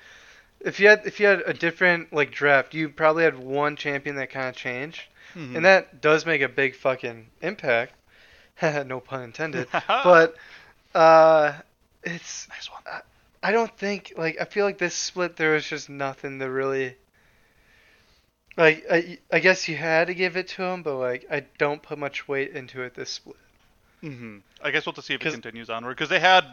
[SPEAKER 1] If you had if you had a different like draft, you probably had one champion that kind of changed,
[SPEAKER 2] Mm-hmm. Hmm.
[SPEAKER 1] and that does make a big fucking impact. no pun intended. but uh, it's
[SPEAKER 2] nice one.
[SPEAKER 1] I don't think like I feel like this split there was just nothing to really like I, I guess you had to give it to him, but like I don't put much weight into it this split.
[SPEAKER 2] hmm I guess we'll have to see if it
[SPEAKER 1] 'Cause-
[SPEAKER 2] continues onward because they had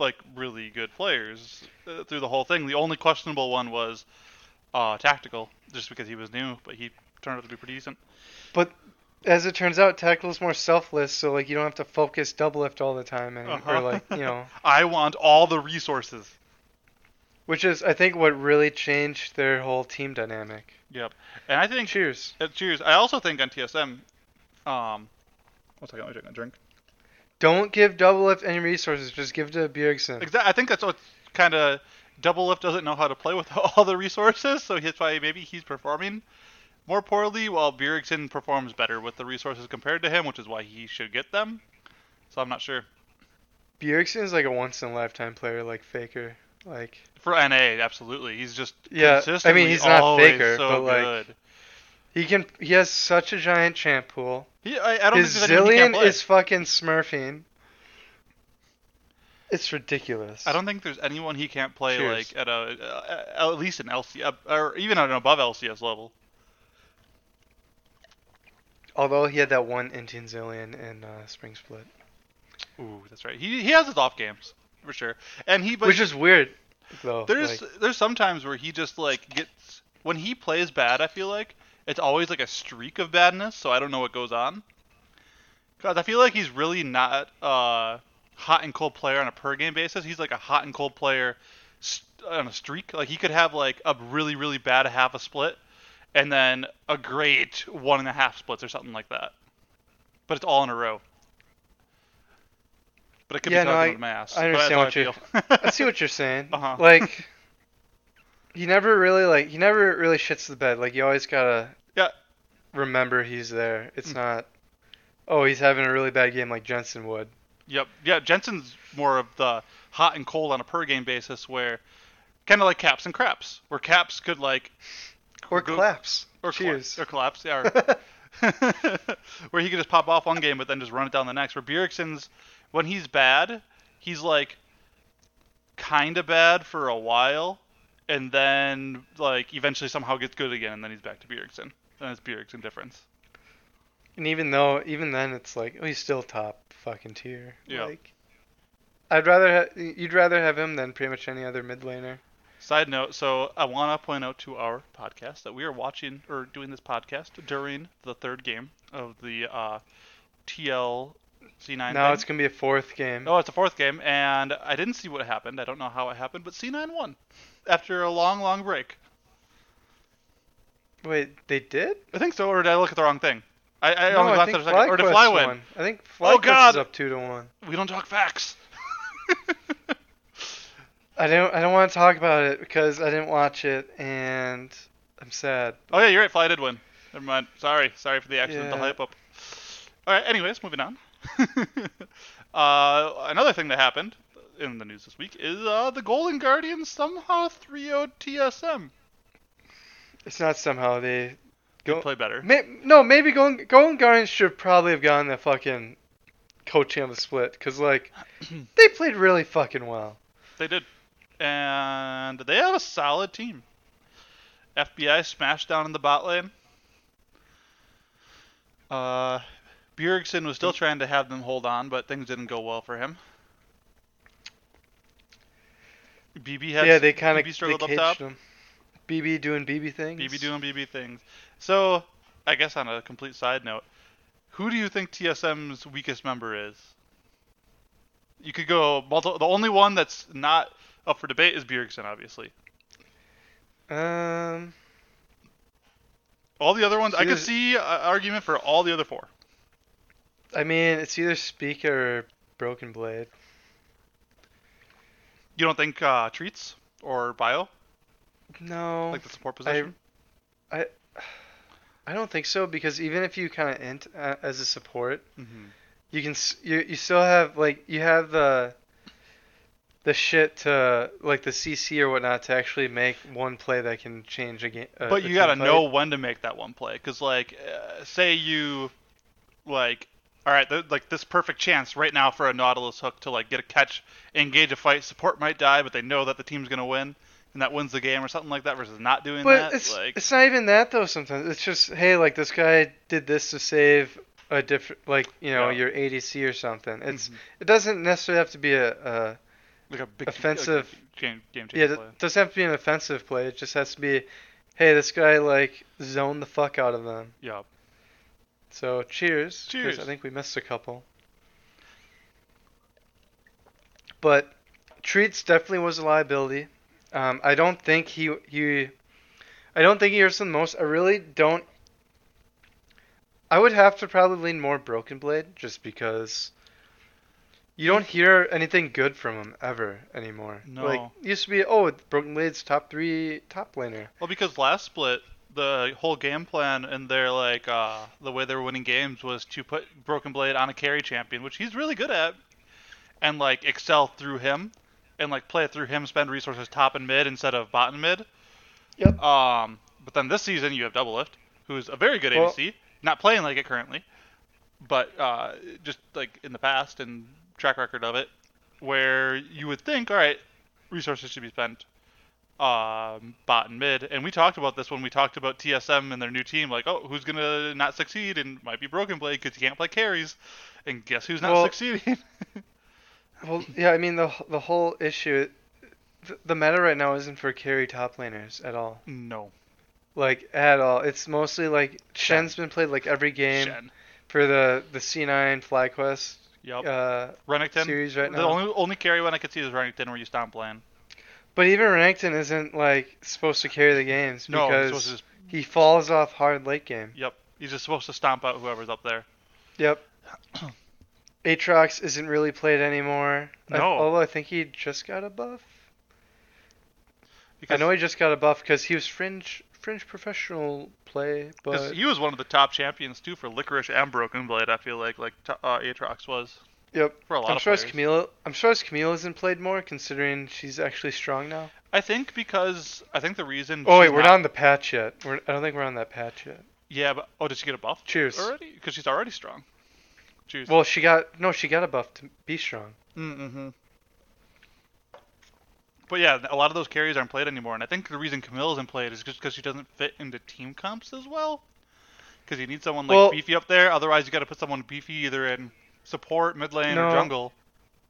[SPEAKER 2] like really good players uh, through the whole thing. The only questionable one was uh, tactical, just because he was new, but he turned out to be pretty decent.
[SPEAKER 1] As it turns out, tackle's more selfless, so like you don't have to focus double lift all the time, and or
[SPEAKER 2] Uh-huh.
[SPEAKER 1] like you know,
[SPEAKER 2] I want all the resources.
[SPEAKER 1] which is I think what really changed their whole team dynamic.
[SPEAKER 2] Yep, and I think
[SPEAKER 1] Cheers.
[SPEAKER 2] uh, cheers. I also think on TSM, um, one second, let me drink my drink.
[SPEAKER 1] Don't give double lift any resources. Just give it to Bjergsen.
[SPEAKER 2] Exactly. I think that's what kind of Double Lift doesn't know how to play with all the resources, so that's why maybe he's performing more poorly, while Bjergsen performs better with the resources compared to him, which is why he should get them. So I'm not sure.
[SPEAKER 1] Bjergsen's like a once in a lifetime player, like Faker. Like
[SPEAKER 2] For NA, absolutely. He's just
[SPEAKER 1] Yeah, I mean,
[SPEAKER 2] consistently
[SPEAKER 1] he's not
[SPEAKER 2] always
[SPEAKER 1] Faker,
[SPEAKER 2] so
[SPEAKER 1] but, like,
[SPEAKER 2] good.
[SPEAKER 1] he can. He has such a giant champ pool.
[SPEAKER 2] He, I, I don't
[SPEAKER 1] His
[SPEAKER 2] think there's anyone he
[SPEAKER 1] zillion
[SPEAKER 2] can't play.
[SPEAKER 1] is fucking smurfing. It's ridiculous.
[SPEAKER 2] I don't think there's anyone he can't play
[SPEAKER 1] Cheers.
[SPEAKER 2] like at a uh, at least an LCS or even at an above LCS level.
[SPEAKER 1] Although he had that one Indian zillion in uh, Spring Split,
[SPEAKER 2] Ooh, that's right. He he has his off games for sure, and he but
[SPEAKER 1] which is weird, though.
[SPEAKER 2] There's
[SPEAKER 1] like,
[SPEAKER 2] there's sometimes where he just like gets when he plays bad. I feel like it's always like a streak of badness. So I don't know what goes on. Cause I feel like he's really not a hot and cold player on a per game basis. He's like a hot and cold player st- on a streak. Like he could have like a really really bad half a split, and then a great one and a half splits or something like that. But it's all in a row. But it could
[SPEAKER 1] Yeah,
[SPEAKER 2] be
[SPEAKER 1] no,
[SPEAKER 2] talking
[SPEAKER 1] I-
[SPEAKER 2] out of my ass.
[SPEAKER 1] I
[SPEAKER 2] but
[SPEAKER 1] understand
[SPEAKER 2] that's how
[SPEAKER 1] what you-
[SPEAKER 2] feel.
[SPEAKER 1] I see what you're saying.
[SPEAKER 2] Uh-huh.
[SPEAKER 1] Like, he never really like he never really shits the bed. Like you always gotta
[SPEAKER 2] Yeah.
[SPEAKER 1] remember he's there. It's
[SPEAKER 2] Mm.
[SPEAKER 1] not. Oh, he's having a really bad game like Jensen would.
[SPEAKER 2] Yep. Yeah, Jensen's more of the hot and cold on a per game basis where kind of like caps and craps, where caps could like
[SPEAKER 1] Or
[SPEAKER 2] Go-
[SPEAKER 1] claps.
[SPEAKER 2] or
[SPEAKER 1] Cheers.
[SPEAKER 2] collapse, or collapse, yeah, or- where he could just pop off one game but then just run it down the next. Where Bjergsen's when he's bad, he's like kind of bad for a while and then like eventually somehow gets good again and then he's back to Bjergsen. Then it's Bjergsen difference.
[SPEAKER 1] And even though, even then, it's like, oh, he's still top fucking tier.
[SPEAKER 2] Yeah.
[SPEAKER 1] Like, I'd rather ha- you'd rather have him than pretty much any other mid laner.
[SPEAKER 2] Side note, so I want to point out to our podcast that we are watching or doing this podcast during the third game of the uh, TL C9.
[SPEAKER 1] Now
[SPEAKER 2] thing.
[SPEAKER 1] it's gonna be a fourth game.
[SPEAKER 2] Oh, it's the fourth game, and I didn't see what happened. I don't know how it happened, but C9 won after a long, long break.
[SPEAKER 1] Wait, they did?
[SPEAKER 2] I think so, or did I look at the wrong thing? I, I
[SPEAKER 1] No,
[SPEAKER 2] only
[SPEAKER 1] I
[SPEAKER 2] glanced
[SPEAKER 1] think
[SPEAKER 2] at a second. Or did
[SPEAKER 1] FlyQuest
[SPEAKER 2] Fly win?
[SPEAKER 1] won. I think
[SPEAKER 2] Oh,
[SPEAKER 1] FlyQuest
[SPEAKER 2] God!
[SPEAKER 1] is up two to one.
[SPEAKER 2] We don't talk facts.
[SPEAKER 1] I don't. I don't want to talk about it because I didn't watch it, and I'm sad.
[SPEAKER 2] oh yeah, you're right. Fly did win. Never mind. Sorry, sorry for the
[SPEAKER 1] Yeah.
[SPEAKER 2] accidental hype up. All right. Anyways, moving on. uh, another thing that happened in the news this week is uh, the Golden Guardians somehow 3-0 TSM.
[SPEAKER 1] It's not somehow they
[SPEAKER 2] Go
[SPEAKER 1] go.
[SPEAKER 2] play better.
[SPEAKER 1] May, no, maybe Golden, Golden Guardians should probably have gotten the fucking coaching on the split because like they played really fucking well.
[SPEAKER 2] They did, and they have a solid team. FBI smashed down in the bot lane. Uh, Bjergsen was still trying to have them hold on, but things didn't go well for him. BB had
[SPEAKER 1] yeah, they kind of
[SPEAKER 2] BB
[SPEAKER 1] they
[SPEAKER 2] struggled up
[SPEAKER 1] caged
[SPEAKER 2] top.
[SPEAKER 1] them. BB doing BB things.
[SPEAKER 2] BB doing BB things. So, I guess on a complete side note, who do you think TSM's weakest member is? You could go multiple. The only one that's not up for debate is Bjergsen, obviously.
[SPEAKER 1] Um,
[SPEAKER 2] All the other ones, I could
[SPEAKER 1] Here's-
[SPEAKER 2] see an argument for all the other four.
[SPEAKER 1] I mean it's either Speaker or Broken Blade.
[SPEAKER 2] You don't think uh, treats or bio,
[SPEAKER 1] No,
[SPEAKER 2] like the support
[SPEAKER 1] I-
[SPEAKER 2] position?
[SPEAKER 1] I don't think so because even if you kind of int uh, as a support,
[SPEAKER 2] mm-hmm.
[SPEAKER 1] you can s- you you still have like you have the the shit to like the CC or whatnot to actually make one play that can change a game.
[SPEAKER 2] But you gotta know when to make that one play, because like, uh, say you, like, all right, th- like this perfect chance right now for a Nautilus hook to like get a catch, engage a fight. Support might die, but they know that the team's gonna win, and that wins the game or something like that. Versus not doing
[SPEAKER 1] But
[SPEAKER 2] that,
[SPEAKER 1] it's
[SPEAKER 2] like,
[SPEAKER 1] it's not even that though. Sometimes it's just hey, like this guy did this to save a different like you know
[SPEAKER 2] Yeah.
[SPEAKER 1] your ADC or something. It's
[SPEAKER 2] Mhm.
[SPEAKER 1] it doesn't necessarily have to be a, a
[SPEAKER 2] like a big
[SPEAKER 1] offensive-
[SPEAKER 2] like, game game
[SPEAKER 1] yeah.
[SPEAKER 2] changer
[SPEAKER 1] It
[SPEAKER 2] play.
[SPEAKER 1] doesn't have to be an offensive play. It just has to be hey, this guy like zoned the fuck out of them.
[SPEAKER 2] Yeah.
[SPEAKER 1] So cheers. 'cause
[SPEAKER 2] Cheers.
[SPEAKER 1] I think we missed a couple. But treats definitely was a liability. Um, I don't think he he, I don't think he hurts him the most. I really don't. I would have to probably lean more Broken Blade just because. You don't hear anything good from him ever anymore. Like
[SPEAKER 2] No.
[SPEAKER 1] used to be, oh, Broken Blade's top three top laner.
[SPEAKER 2] Well, because last split, the whole game plan and their like uh, the way they were winning games was to put Broken Blade on a carry champion, which he's really good at, and like excel through him, and like play through him, spend resources top and mid instead of bot and mid.
[SPEAKER 1] Yep.
[SPEAKER 2] Um, but then this season you have Double Lift, who's a very good
[SPEAKER 1] Well-
[SPEAKER 2] ADC, not playing like it currently, but uh, just like in the past and track record of it, where you would think, all right, resources should be spent um, bot and mid. And we talked about this when we talked about TSM and their new team. Like, oh, who's going to not succeed? And might be Broken Blade because he can't play carries. And guess who's not
[SPEAKER 1] Well-
[SPEAKER 2] succeeding?
[SPEAKER 1] Well, yeah, I mean the the whole issue, the, the meta right now isn't for carry top laners at all,
[SPEAKER 2] no.
[SPEAKER 1] like at all. It's mostly like
[SPEAKER 2] Shen.
[SPEAKER 1] Shen's been played like every game
[SPEAKER 2] Shen.
[SPEAKER 1] for the the C9 FlyQuest
[SPEAKER 2] Yep.
[SPEAKER 1] uh,
[SPEAKER 2] Renekton.
[SPEAKER 1] series right
[SPEAKER 2] the
[SPEAKER 1] now.
[SPEAKER 2] only, only carry one I could see is Renekton where you stomp lane.
[SPEAKER 1] But even Renekton isn't like supposed to carry the games
[SPEAKER 2] No, he's
[SPEAKER 1] because
[SPEAKER 2] supposed to just,
[SPEAKER 1] he falls off hard late game.
[SPEAKER 2] yep. He's just supposed to stomp out whoever's up there.
[SPEAKER 1] Yep. Aatrox isn't really played anymore. I-
[SPEAKER 2] No.
[SPEAKER 1] although I think he just got a buff.
[SPEAKER 2] Because
[SPEAKER 1] I know he just got a buff because he was fringe fringe professional play,
[SPEAKER 2] 'cause
[SPEAKER 1] but
[SPEAKER 2] he was one of the top champions too for Licorice and Broken Blade. I feel like like t- uh, Aatrox was
[SPEAKER 1] Yep.
[SPEAKER 2] for a lot
[SPEAKER 1] I'm
[SPEAKER 2] of
[SPEAKER 1] sure
[SPEAKER 2] players.
[SPEAKER 1] it's Camila. I'm sure it's Camila isn't played more, considering she's actually strong now.
[SPEAKER 2] I think because I think the reason.
[SPEAKER 1] Oh wait,
[SPEAKER 2] she's
[SPEAKER 1] we're
[SPEAKER 2] not-
[SPEAKER 1] not on the patch yet. We're, I don't think we're on that patch yet.
[SPEAKER 2] Yeah, but oh, did she get a buff
[SPEAKER 1] Cheers.
[SPEAKER 2] already? Because she's already strong. Cheers.
[SPEAKER 1] Well, she got no. She got a buff to be strong.
[SPEAKER 2] mm-hmm. But yeah, a lot of those carries aren't played anymore, and I think the reason Camille isn't played is just because she doesn't fit into team comps as well. because you need someone like
[SPEAKER 1] Well-
[SPEAKER 2] beefy up there. Otherwise, you got to put someone beefy either in support, mid lane,
[SPEAKER 1] No.
[SPEAKER 2] or jungle.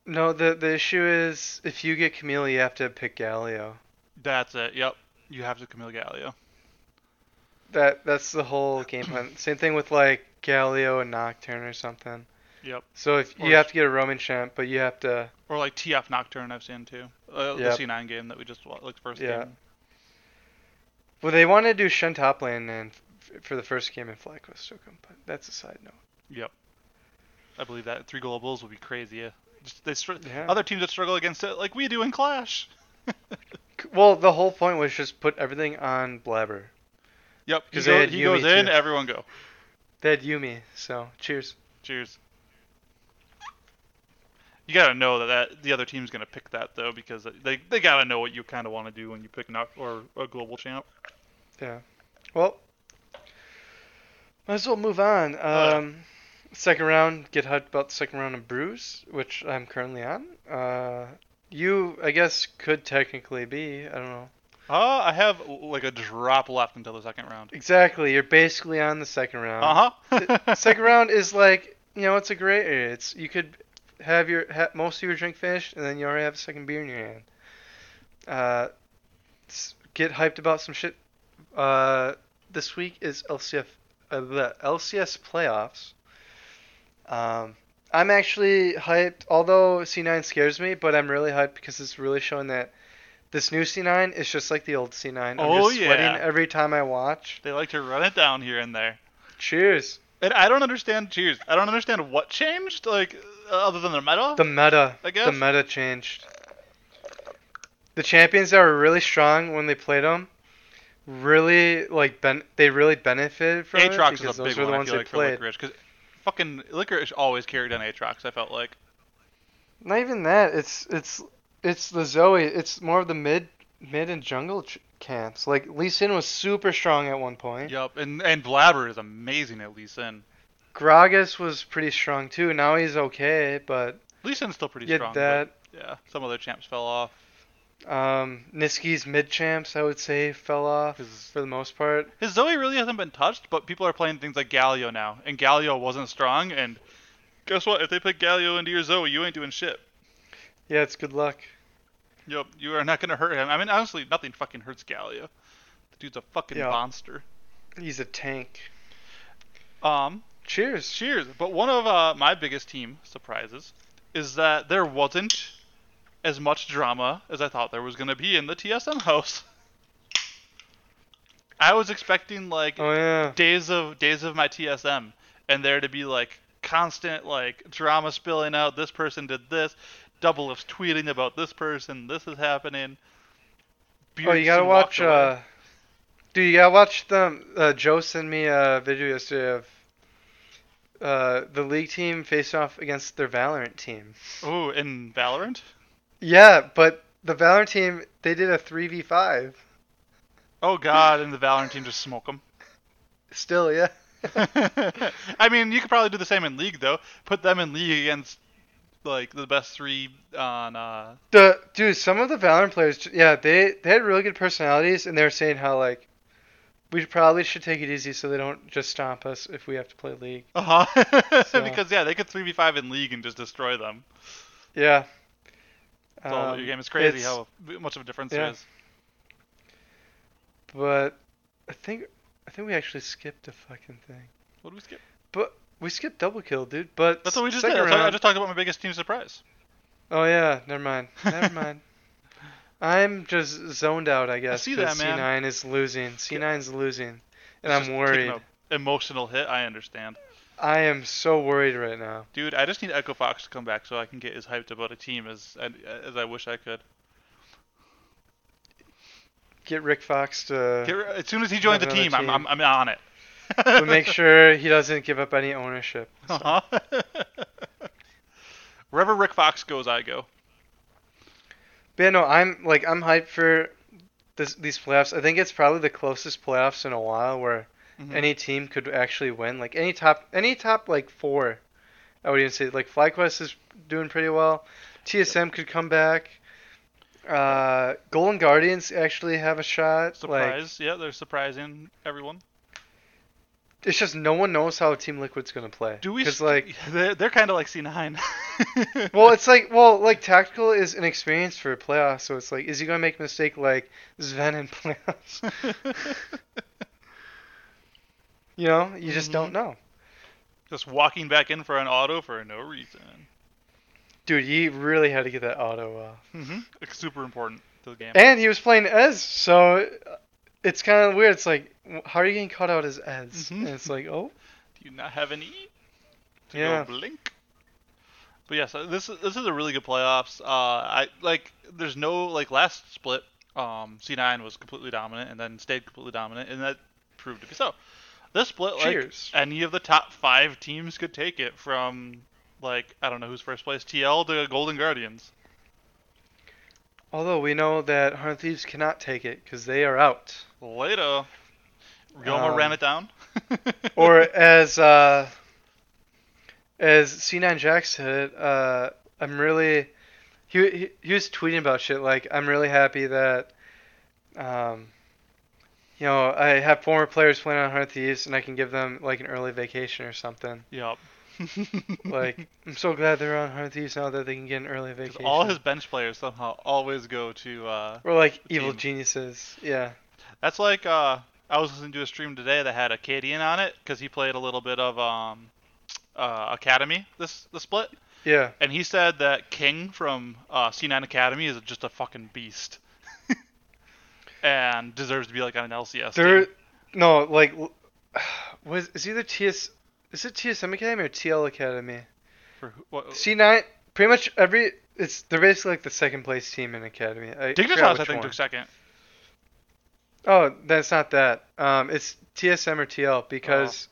[SPEAKER 1] No, the the issue is if you get Camille, you have to pick Galio.
[SPEAKER 2] That's it. Yep, you have to Camille Gallio.
[SPEAKER 1] That that's the whole game plan. Same thing with like Galio and Nocturne or something.
[SPEAKER 2] Yep,
[SPEAKER 1] So if
[SPEAKER 2] Or-
[SPEAKER 1] you have to get a Roman champ, but you have to
[SPEAKER 2] or like TF Nocturne. I've seen too. Uh,
[SPEAKER 1] Yep.
[SPEAKER 2] The C9 game that we just wa- like first
[SPEAKER 1] Yeah.
[SPEAKER 2] game.
[SPEAKER 1] well, they want to do Shen top lane and f- for the first game in FlyQuest Token, but that's a side note.
[SPEAKER 2] Yep, I believe that three globals would be crazy. Yeah. Just, they str-
[SPEAKER 1] Yeah.
[SPEAKER 2] other teams that struggle against it like we do in Clash.
[SPEAKER 1] C- Well, the whole point was just put everything on Blabber.
[SPEAKER 2] Yep, he,
[SPEAKER 1] 'Cause they
[SPEAKER 2] go-
[SPEAKER 1] had
[SPEAKER 2] he
[SPEAKER 1] Yumi
[SPEAKER 2] goes in,
[SPEAKER 1] too.
[SPEAKER 2] everyone go.
[SPEAKER 1] They had Yumi, so cheers.
[SPEAKER 2] Cheers. You gotta know that, that the other team's gonna pick that though, because they they gotta know what you kind of want to do when you pick an oc- or a global champ.
[SPEAKER 1] Yeah. Well, might as well move on.
[SPEAKER 2] Uh.
[SPEAKER 1] Um, second round, get hyped about the second round of Brews, which I'm currently on. Uh, you, I guess, could technically be. I don't know.
[SPEAKER 2] Uh, I have w- like a drop left until the second round.
[SPEAKER 1] Exactly. You're basically on the second round.
[SPEAKER 2] Uh huh.
[SPEAKER 1] second round is like you know it's a gray area. It's you could have your ha- most of your drink finished, and then you already have a second beer in your hand. Uh, s- get hyped about some shit. Uh, this week is LCF uh, the LCS playoffs. Um, I'm actually hyped, although C9 scares me, but I'm really hyped because it's really showing that this new C9 is just like the old C9. I'm
[SPEAKER 2] Oh,
[SPEAKER 1] just sweating
[SPEAKER 2] yeah.
[SPEAKER 1] every time I watch.
[SPEAKER 2] they like to run it down here and there.
[SPEAKER 1] Cheers.
[SPEAKER 2] And I don't understand. Cheers. I don't understand what changed, like uh, other than the meta.
[SPEAKER 1] The meta.
[SPEAKER 2] I guess.
[SPEAKER 1] The meta changed. The champions that were really strong when they played them, really like ben- they really benefited from it
[SPEAKER 2] Aatrox
[SPEAKER 1] because
[SPEAKER 2] is a
[SPEAKER 1] those
[SPEAKER 2] big
[SPEAKER 1] were the
[SPEAKER 2] one. I
[SPEAKER 1] ones they
[SPEAKER 2] feel like for
[SPEAKER 1] played.
[SPEAKER 2] Licorice, because fucking Licorice always carried on Aatrox. I felt like.
[SPEAKER 1] Not even that. It's it's it's the Zoe. It's more of the mid mid and jungle ch- camps. Like Lee Sin was super strong at one point.
[SPEAKER 2] Yep, and and Blabber is amazing at Lee Sin.
[SPEAKER 1] Gragas was pretty strong too. Now he's okay, but
[SPEAKER 2] Lee Sin's still pretty
[SPEAKER 1] you had
[SPEAKER 2] strong. but-
[SPEAKER 1] that.
[SPEAKER 2] Yeah, some other champs fell off.
[SPEAKER 1] Um, Niski's mid champs, I would say, fell off
[SPEAKER 2] His,
[SPEAKER 1] for the most part.
[SPEAKER 2] his Zoe really hasn't been touched, but people are playing things like Galio now, and Galio wasn't strong. And guess what? If they put Galio into your Zoe, you ain't doing shit.
[SPEAKER 1] Yeah, it's good luck.
[SPEAKER 2] Yep, you are not gonna hurt him. I mean, honestly, nothing fucking hurts Galio. The dude's a fucking
[SPEAKER 1] Yeah.
[SPEAKER 2] monster.
[SPEAKER 1] He's a tank.
[SPEAKER 2] Um,
[SPEAKER 1] Cheers.
[SPEAKER 2] cheers. But one of uh, my biggest team surprises is that there wasn't as much drama as I thought there was gonna be in the TSM house. I was expecting like
[SPEAKER 1] Oh yeah.
[SPEAKER 2] days of days of my TSM, and there to be like constant like drama spilling out. This person did this. Double F's tweeting about this person. This is happening.
[SPEAKER 1] Oh, you gotta
[SPEAKER 2] Beardson walked
[SPEAKER 1] watch.
[SPEAKER 2] away.
[SPEAKER 1] Uh, dude, you gotta watch them. Uh, Joe sent me a video yesterday of uh, the league team face off against their Valorant team.
[SPEAKER 2] Ooh, in Valorant.
[SPEAKER 1] Yeah, but the Valorant team they did a three v five.
[SPEAKER 2] Oh God, and the Valorant team just smoke them.
[SPEAKER 1] Still, yeah.
[SPEAKER 2] I mean, you could probably do the same in League though. Put them in League against like the best three on. Uh...
[SPEAKER 1] The dude, some of the Valorant players, j- yeah, they they had really good personalities, and they were saying how like we probably should take it easy so they don't just stomp us if we have to play league.
[SPEAKER 2] Uh huh.
[SPEAKER 1] Uh-huh. So-
[SPEAKER 2] because yeah, they could three v five in League and just destroy them.
[SPEAKER 1] Yeah.
[SPEAKER 2] So
[SPEAKER 1] Um,
[SPEAKER 2] your game is crazy
[SPEAKER 1] it's-
[SPEAKER 2] how much of a difference
[SPEAKER 1] yeah.
[SPEAKER 2] there is.
[SPEAKER 1] But I think I think we actually skipped a fucking thing.
[SPEAKER 2] What did we skip?
[SPEAKER 1] We skipped double kill, dude. But
[SPEAKER 2] That's what we just
[SPEAKER 1] second
[SPEAKER 2] did. That's what- I
[SPEAKER 1] round-
[SPEAKER 2] just talked about my biggest team surprise.
[SPEAKER 1] Oh yeah, never mind. Never mind. I'm just zoned out, I guess.
[SPEAKER 2] see
[SPEAKER 1] 'cause
[SPEAKER 2] that, man.
[SPEAKER 1] C9 is losing. C9's losing, and
[SPEAKER 2] It's just
[SPEAKER 1] I'm
[SPEAKER 2] taking
[SPEAKER 1] worried.
[SPEAKER 2] a Emotional hit. I understand,
[SPEAKER 1] I am so worried right now.
[SPEAKER 2] dude. I just need Echo Fox to come back so I can get as hyped about a team as as I wish I could.
[SPEAKER 1] Get Rick Fox to,
[SPEAKER 2] Get, ri- as soon as he joins the
[SPEAKER 1] another
[SPEAKER 2] team, I'm, I'm
[SPEAKER 1] team.
[SPEAKER 2] I'm on it.
[SPEAKER 1] but make sure he doesn't give up any ownership.
[SPEAKER 2] Uh-huh. Wherever Rick Fox goes, I go.
[SPEAKER 1] But yeah, no, I'm like I'm hyped for this, these playoffs. I think it's probably the closest playoffs in a while where
[SPEAKER 2] Mhm.
[SPEAKER 1] any team could actually win. Like any top, any top like four, I would even say like FlyQuest is doing pretty well. TSM could come back. Uh, Golden Guardians actually have a shot. Like
[SPEAKER 2] Surprise! yeah, they're surprising everyone.
[SPEAKER 1] It's just no one knows how Team Liquid's gonna play.
[SPEAKER 2] Do we?
[SPEAKER 1] Because
[SPEAKER 2] st-
[SPEAKER 1] like,
[SPEAKER 2] they're, they're kind of like C9.
[SPEAKER 1] well, it's like, well, like tactical is an experience for playoffs, so it's like, is he gonna make a mistake like Sven in playoffs? you know, you just
[SPEAKER 2] Mhm.
[SPEAKER 1] don't know,
[SPEAKER 2] just walking back in for an auto for no reason.
[SPEAKER 1] dude. He really had to get that auto uh, off.
[SPEAKER 2] Mm-hmm. It's super important to the game.
[SPEAKER 1] And he was playing Ez, so uh, it's kind of weird. It's like, w- how are you getting caught out as Ez?
[SPEAKER 2] Mhm.
[SPEAKER 1] And it's like, oh,
[SPEAKER 2] Do you not have an E? To
[SPEAKER 1] Yeah.
[SPEAKER 2] go blink. But yes, uh, this is- this is a really good playoffs. Uh, I like. There's no like last split. Um, C9 was completely dominant and then stayed completely dominant, and that proved to be so. This split, like
[SPEAKER 1] Cheers.
[SPEAKER 2] any of the top five teams could take it from like I don't know who's first place, TL to Golden Guardians.
[SPEAKER 1] Although we know that Hundred Thieves cannot take it because they are out.
[SPEAKER 2] Later, Ryoma
[SPEAKER 1] Um,
[SPEAKER 2] ran it down.
[SPEAKER 1] or as uh, as C9 Jack said, uh, I'm really he, he he was tweeting about shit like I'm really happy that um, you know I have former players playing on Hundred Thieves and I can give them like an early vacation or something.
[SPEAKER 2] Yep.
[SPEAKER 1] Like I'm so glad they're on Hundred Thieves now that they can get an early
[SPEAKER 2] 'Cause
[SPEAKER 1] vacation.
[SPEAKER 2] all his bench players somehow always go to uh,
[SPEAKER 1] or like evil
[SPEAKER 2] team.
[SPEAKER 1] geniuses, yeah.
[SPEAKER 2] That's like uh, I was listening to a stream today that had Acadian on it because he played a little bit of um, uh, Academy this the split,
[SPEAKER 1] Yeah,
[SPEAKER 2] and he said that King from uh, C9 Academy is just a fucking beast, and deserves to be like on an LCS.
[SPEAKER 1] there.
[SPEAKER 2] team.
[SPEAKER 1] No, like, l- was is either TS is it TSM Academy or TL Academy?
[SPEAKER 2] For who- what-
[SPEAKER 1] C nine pretty much every it's they're basically like the second place team in academy. I
[SPEAKER 2] Dignitas,
[SPEAKER 1] forgot
[SPEAKER 2] I
[SPEAKER 1] which
[SPEAKER 2] think,
[SPEAKER 1] one.
[SPEAKER 2] took second.
[SPEAKER 1] Oh, that's not that. Um, it's TSM or TL because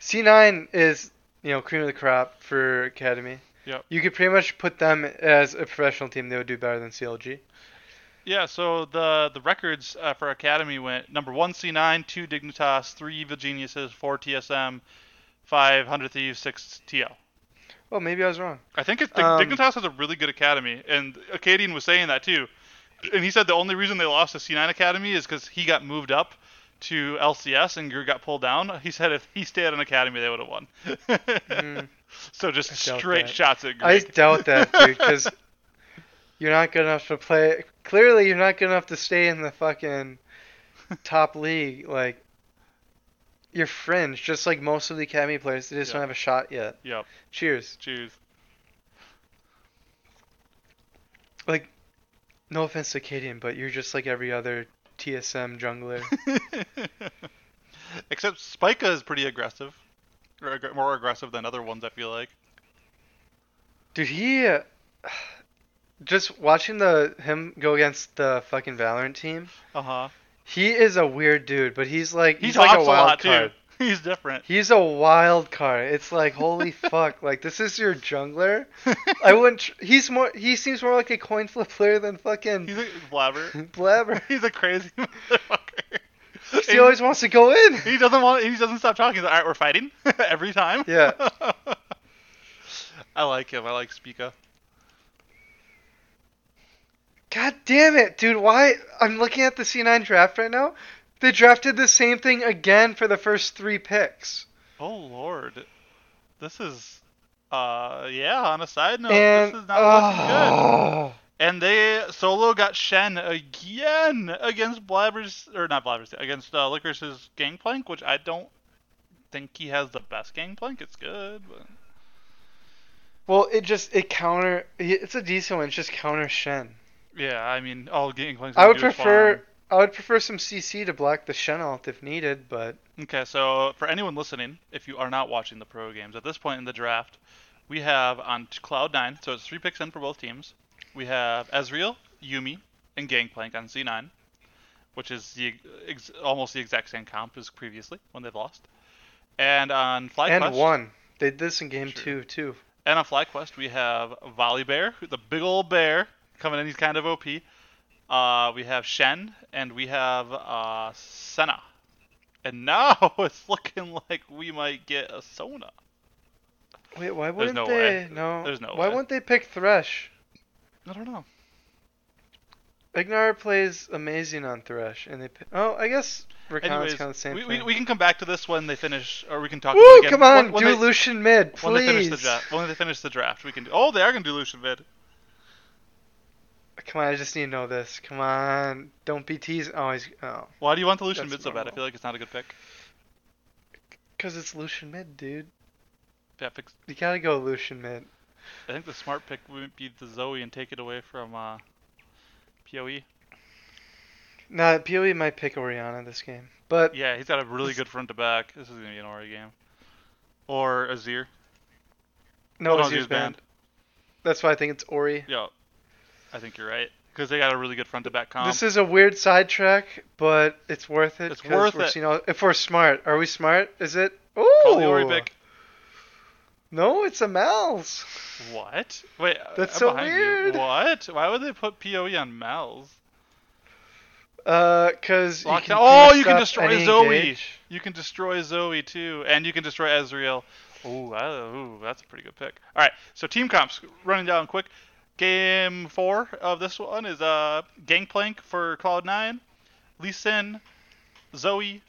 [SPEAKER 1] C nine is you know cream of the crop for academy.
[SPEAKER 2] Yep.
[SPEAKER 1] You could pretty much put them as a professional team; they would do better than CLG.
[SPEAKER 2] Yeah, so the the records uh, for Academy went number one C9, two Dignitas, three Evil Geniuses, four TSM, five Hundred Thieves, six TL.
[SPEAKER 1] Oh, maybe I was wrong.
[SPEAKER 2] I think it's
[SPEAKER 1] Um,
[SPEAKER 2] Dignitas has a really good academy, and Acadian was saying that too. And he said the only reason they lost to C9 Academy is because he got moved up to LCS and Gru got pulled down. He said if he stayed on Academy, they would have won. Hmm. so just
[SPEAKER 1] doubt
[SPEAKER 2] straight
[SPEAKER 1] that.
[SPEAKER 2] shots at
[SPEAKER 1] Hmm. I
[SPEAKER 2] Greg.
[SPEAKER 1] doubt that, dude, because you're not good enough to play. Clearly, you're not good enough to stay in the fucking top league. Like, you're fringe, just like most of the academy players. They just
[SPEAKER 2] Yeah.
[SPEAKER 1] don't have a shot yet.
[SPEAKER 2] Yep,
[SPEAKER 1] Cheers.
[SPEAKER 2] choose.
[SPEAKER 1] Like, no offense to Cadian, but you're just like every other TSM jungler.
[SPEAKER 2] Except Spica is pretty aggressive, or ag- more aggressive than other ones. I feel like.
[SPEAKER 1] Dude, he. uh, Just watching the him go against the fucking Valorant team,
[SPEAKER 2] Uh huh.
[SPEAKER 1] he is a weird dude, but he's like
[SPEAKER 2] He
[SPEAKER 1] he's
[SPEAKER 2] talks
[SPEAKER 1] like
[SPEAKER 2] a,
[SPEAKER 1] a wild
[SPEAKER 2] lot
[SPEAKER 1] card.
[SPEAKER 2] too. He's different.
[SPEAKER 1] He's a wild card. It's like holy fuck! Like this is your jungler. I wouldn't. Tr- he's more. He seems more like a coin flip player than fucking
[SPEAKER 2] He's a blabber.
[SPEAKER 1] blabber.
[SPEAKER 2] He's a crazy motherfucker.
[SPEAKER 1] 'Cause He
[SPEAKER 2] And-
[SPEAKER 1] always wants to go in.
[SPEAKER 2] He doesn't want. He doesn't stop talking. He's like, all right, we're fighting every time.
[SPEAKER 1] Yeah.
[SPEAKER 2] I like him. I like Spica.
[SPEAKER 1] God damn it, dude! Why? I'm looking at the C9 draft right now. They drafted the same thing again for the first three picks.
[SPEAKER 2] Oh lord, this is. Uh, yeah. On a side note,
[SPEAKER 1] and
[SPEAKER 2] this is not looking good.
[SPEAKER 1] oh,
[SPEAKER 2] And they solo got Shen again against Blabbers or not Blabbers against uh, Licorice's Gangplank, which I don't think he has the best Gangplank. It's good, but
[SPEAKER 1] well, it just it counter. It's a decent one. It's just counter Shen.
[SPEAKER 2] yeah. I mean, all Gangplanks.
[SPEAKER 1] I
[SPEAKER 2] can
[SPEAKER 1] would
[SPEAKER 2] do is farm.
[SPEAKER 1] prefer. I would prefer some CC to block the Shen alt if needed, but
[SPEAKER 2] Okay, so for anyone listening, if you are not watching the pro games, at this point in the draft, we have on t- Cloud9, so it's three picks in for both teams. We have Ezreal, Yumi, and Gangplank on C9, which is the ex- almost the exact same comp as previously when they've lost. And on FlyQuest,
[SPEAKER 1] and one. They did this in game
[SPEAKER 2] True.
[SPEAKER 1] two too.
[SPEAKER 2] and on FlyQuest, we have Volley Bear, who- the big old bear coming in. He's kind of OP. Uh, we have Shen, and we have uh, Senna. And now it's looking like we might get a Sona.
[SPEAKER 1] Wait, why wouldn't
[SPEAKER 2] no
[SPEAKER 1] they?
[SPEAKER 2] way.
[SPEAKER 1] No.
[SPEAKER 2] There's no
[SPEAKER 1] Why
[SPEAKER 2] way.
[SPEAKER 1] wouldn't they pick Thresh?
[SPEAKER 2] I don't know.
[SPEAKER 1] Ignar plays amazing on Thresh, and they. Pick... Oh, I guess Rakan's
[SPEAKER 2] Anyways,
[SPEAKER 1] kind of the same
[SPEAKER 2] we,
[SPEAKER 1] thing.
[SPEAKER 2] we, we can come back to this when they finish, or we can talk.
[SPEAKER 1] Woo,
[SPEAKER 2] about it again.
[SPEAKER 1] come on,
[SPEAKER 2] when, when
[SPEAKER 1] do
[SPEAKER 2] they,
[SPEAKER 1] Lucian mid,
[SPEAKER 2] when they finish
[SPEAKER 1] please.
[SPEAKER 2] the draft. When they finish the draft, we can. Do, oh, they are gonna do Lucian Vid.
[SPEAKER 1] Come on, I just need to know this. Come on, don't be teasing. Oh, he's oh,
[SPEAKER 2] Why do you want the Lucian
[SPEAKER 1] That's
[SPEAKER 2] Vid so bad? I
[SPEAKER 1] normal.
[SPEAKER 2] feel like it's not a good pick.
[SPEAKER 1] because it's Lucian mid, dude.
[SPEAKER 2] Yeah, pick-
[SPEAKER 1] You gotta go Lucian mid.
[SPEAKER 2] I think the smart pick would be the Zoe and take it away from uh, E. Poe.
[SPEAKER 1] Nah, Poe might pick Oriana this game, but
[SPEAKER 2] Yeah, he's got a really good front to back. This is gonna be an Ori game, or Azir.
[SPEAKER 1] no,
[SPEAKER 2] Oh,
[SPEAKER 1] it's used banned. That's why I think it's Ori.
[SPEAKER 2] Yeah, I think you're right because they got a really good front to back comp.
[SPEAKER 1] This is a weird sidetrack, but it's worth it.
[SPEAKER 2] Um, It's
[SPEAKER 1] 'cause
[SPEAKER 2] worth
[SPEAKER 1] we're,
[SPEAKER 2] it.
[SPEAKER 1] You know, if we're smart, are we smart? Is it? Ooh.
[SPEAKER 2] Call the Ori pick.
[SPEAKER 1] No, it's a Mal's.
[SPEAKER 2] What? Wait, uh,
[SPEAKER 1] That's
[SPEAKER 2] I'm
[SPEAKER 1] so
[SPEAKER 2] behind
[SPEAKER 1] weird.
[SPEAKER 2] You. What? Why would they put Poe on Mal's?
[SPEAKER 1] Uh, cause you
[SPEAKER 2] Lock
[SPEAKER 1] can
[SPEAKER 2] down- oh,
[SPEAKER 1] kinda
[SPEAKER 2] you can
[SPEAKER 1] stop
[SPEAKER 2] destroy
[SPEAKER 1] any
[SPEAKER 2] Zoe.
[SPEAKER 1] engage.
[SPEAKER 2] You can destroy Zoe too, and you can destroy Ezreal. Ooh, I- ooh, that's a pretty good pick. All right, so team comps running down quick. Game four of this one is uh Gangplank for Cloud Nine, Lee Sin, Zoe,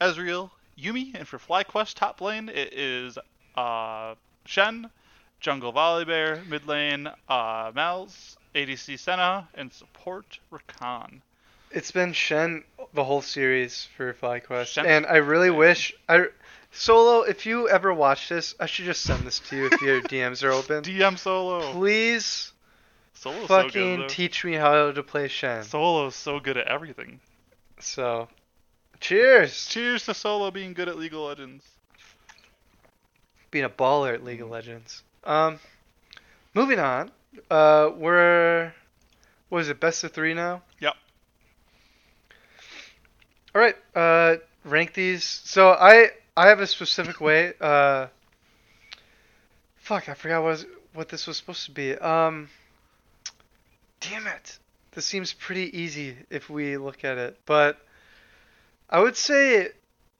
[SPEAKER 2] Ezreal, Yumi, and for FlyQuest top lane it is uh Shen, Jungle Volibear, mid lane uh Malz, ADC Senna, and support Rakan.
[SPEAKER 1] It's been Shen the whole series for FlyQuest,
[SPEAKER 2] Shen-
[SPEAKER 1] and I really wish I Solo. If you ever watch this, I should just send this to you if your DMs are open.
[SPEAKER 2] DM Solo.
[SPEAKER 1] Please
[SPEAKER 2] Solo's so good,
[SPEAKER 1] fucking
[SPEAKER 2] though.
[SPEAKER 1] teach me how to play Shen.
[SPEAKER 2] Solo's so good at everything.
[SPEAKER 1] So, cheers.
[SPEAKER 2] Cheers to Solo being good at League of Legends.
[SPEAKER 1] being a baller at League of Legends. Um, moving on. Uh, we're what is it? Best of three now.
[SPEAKER 2] Yep.
[SPEAKER 1] All right. Uh, rank these. So I I have a specific way. Uh, fuck, I forgot what I was, what this was supposed to be. Um, damn it. This seems pretty easy if we look at it, but I would say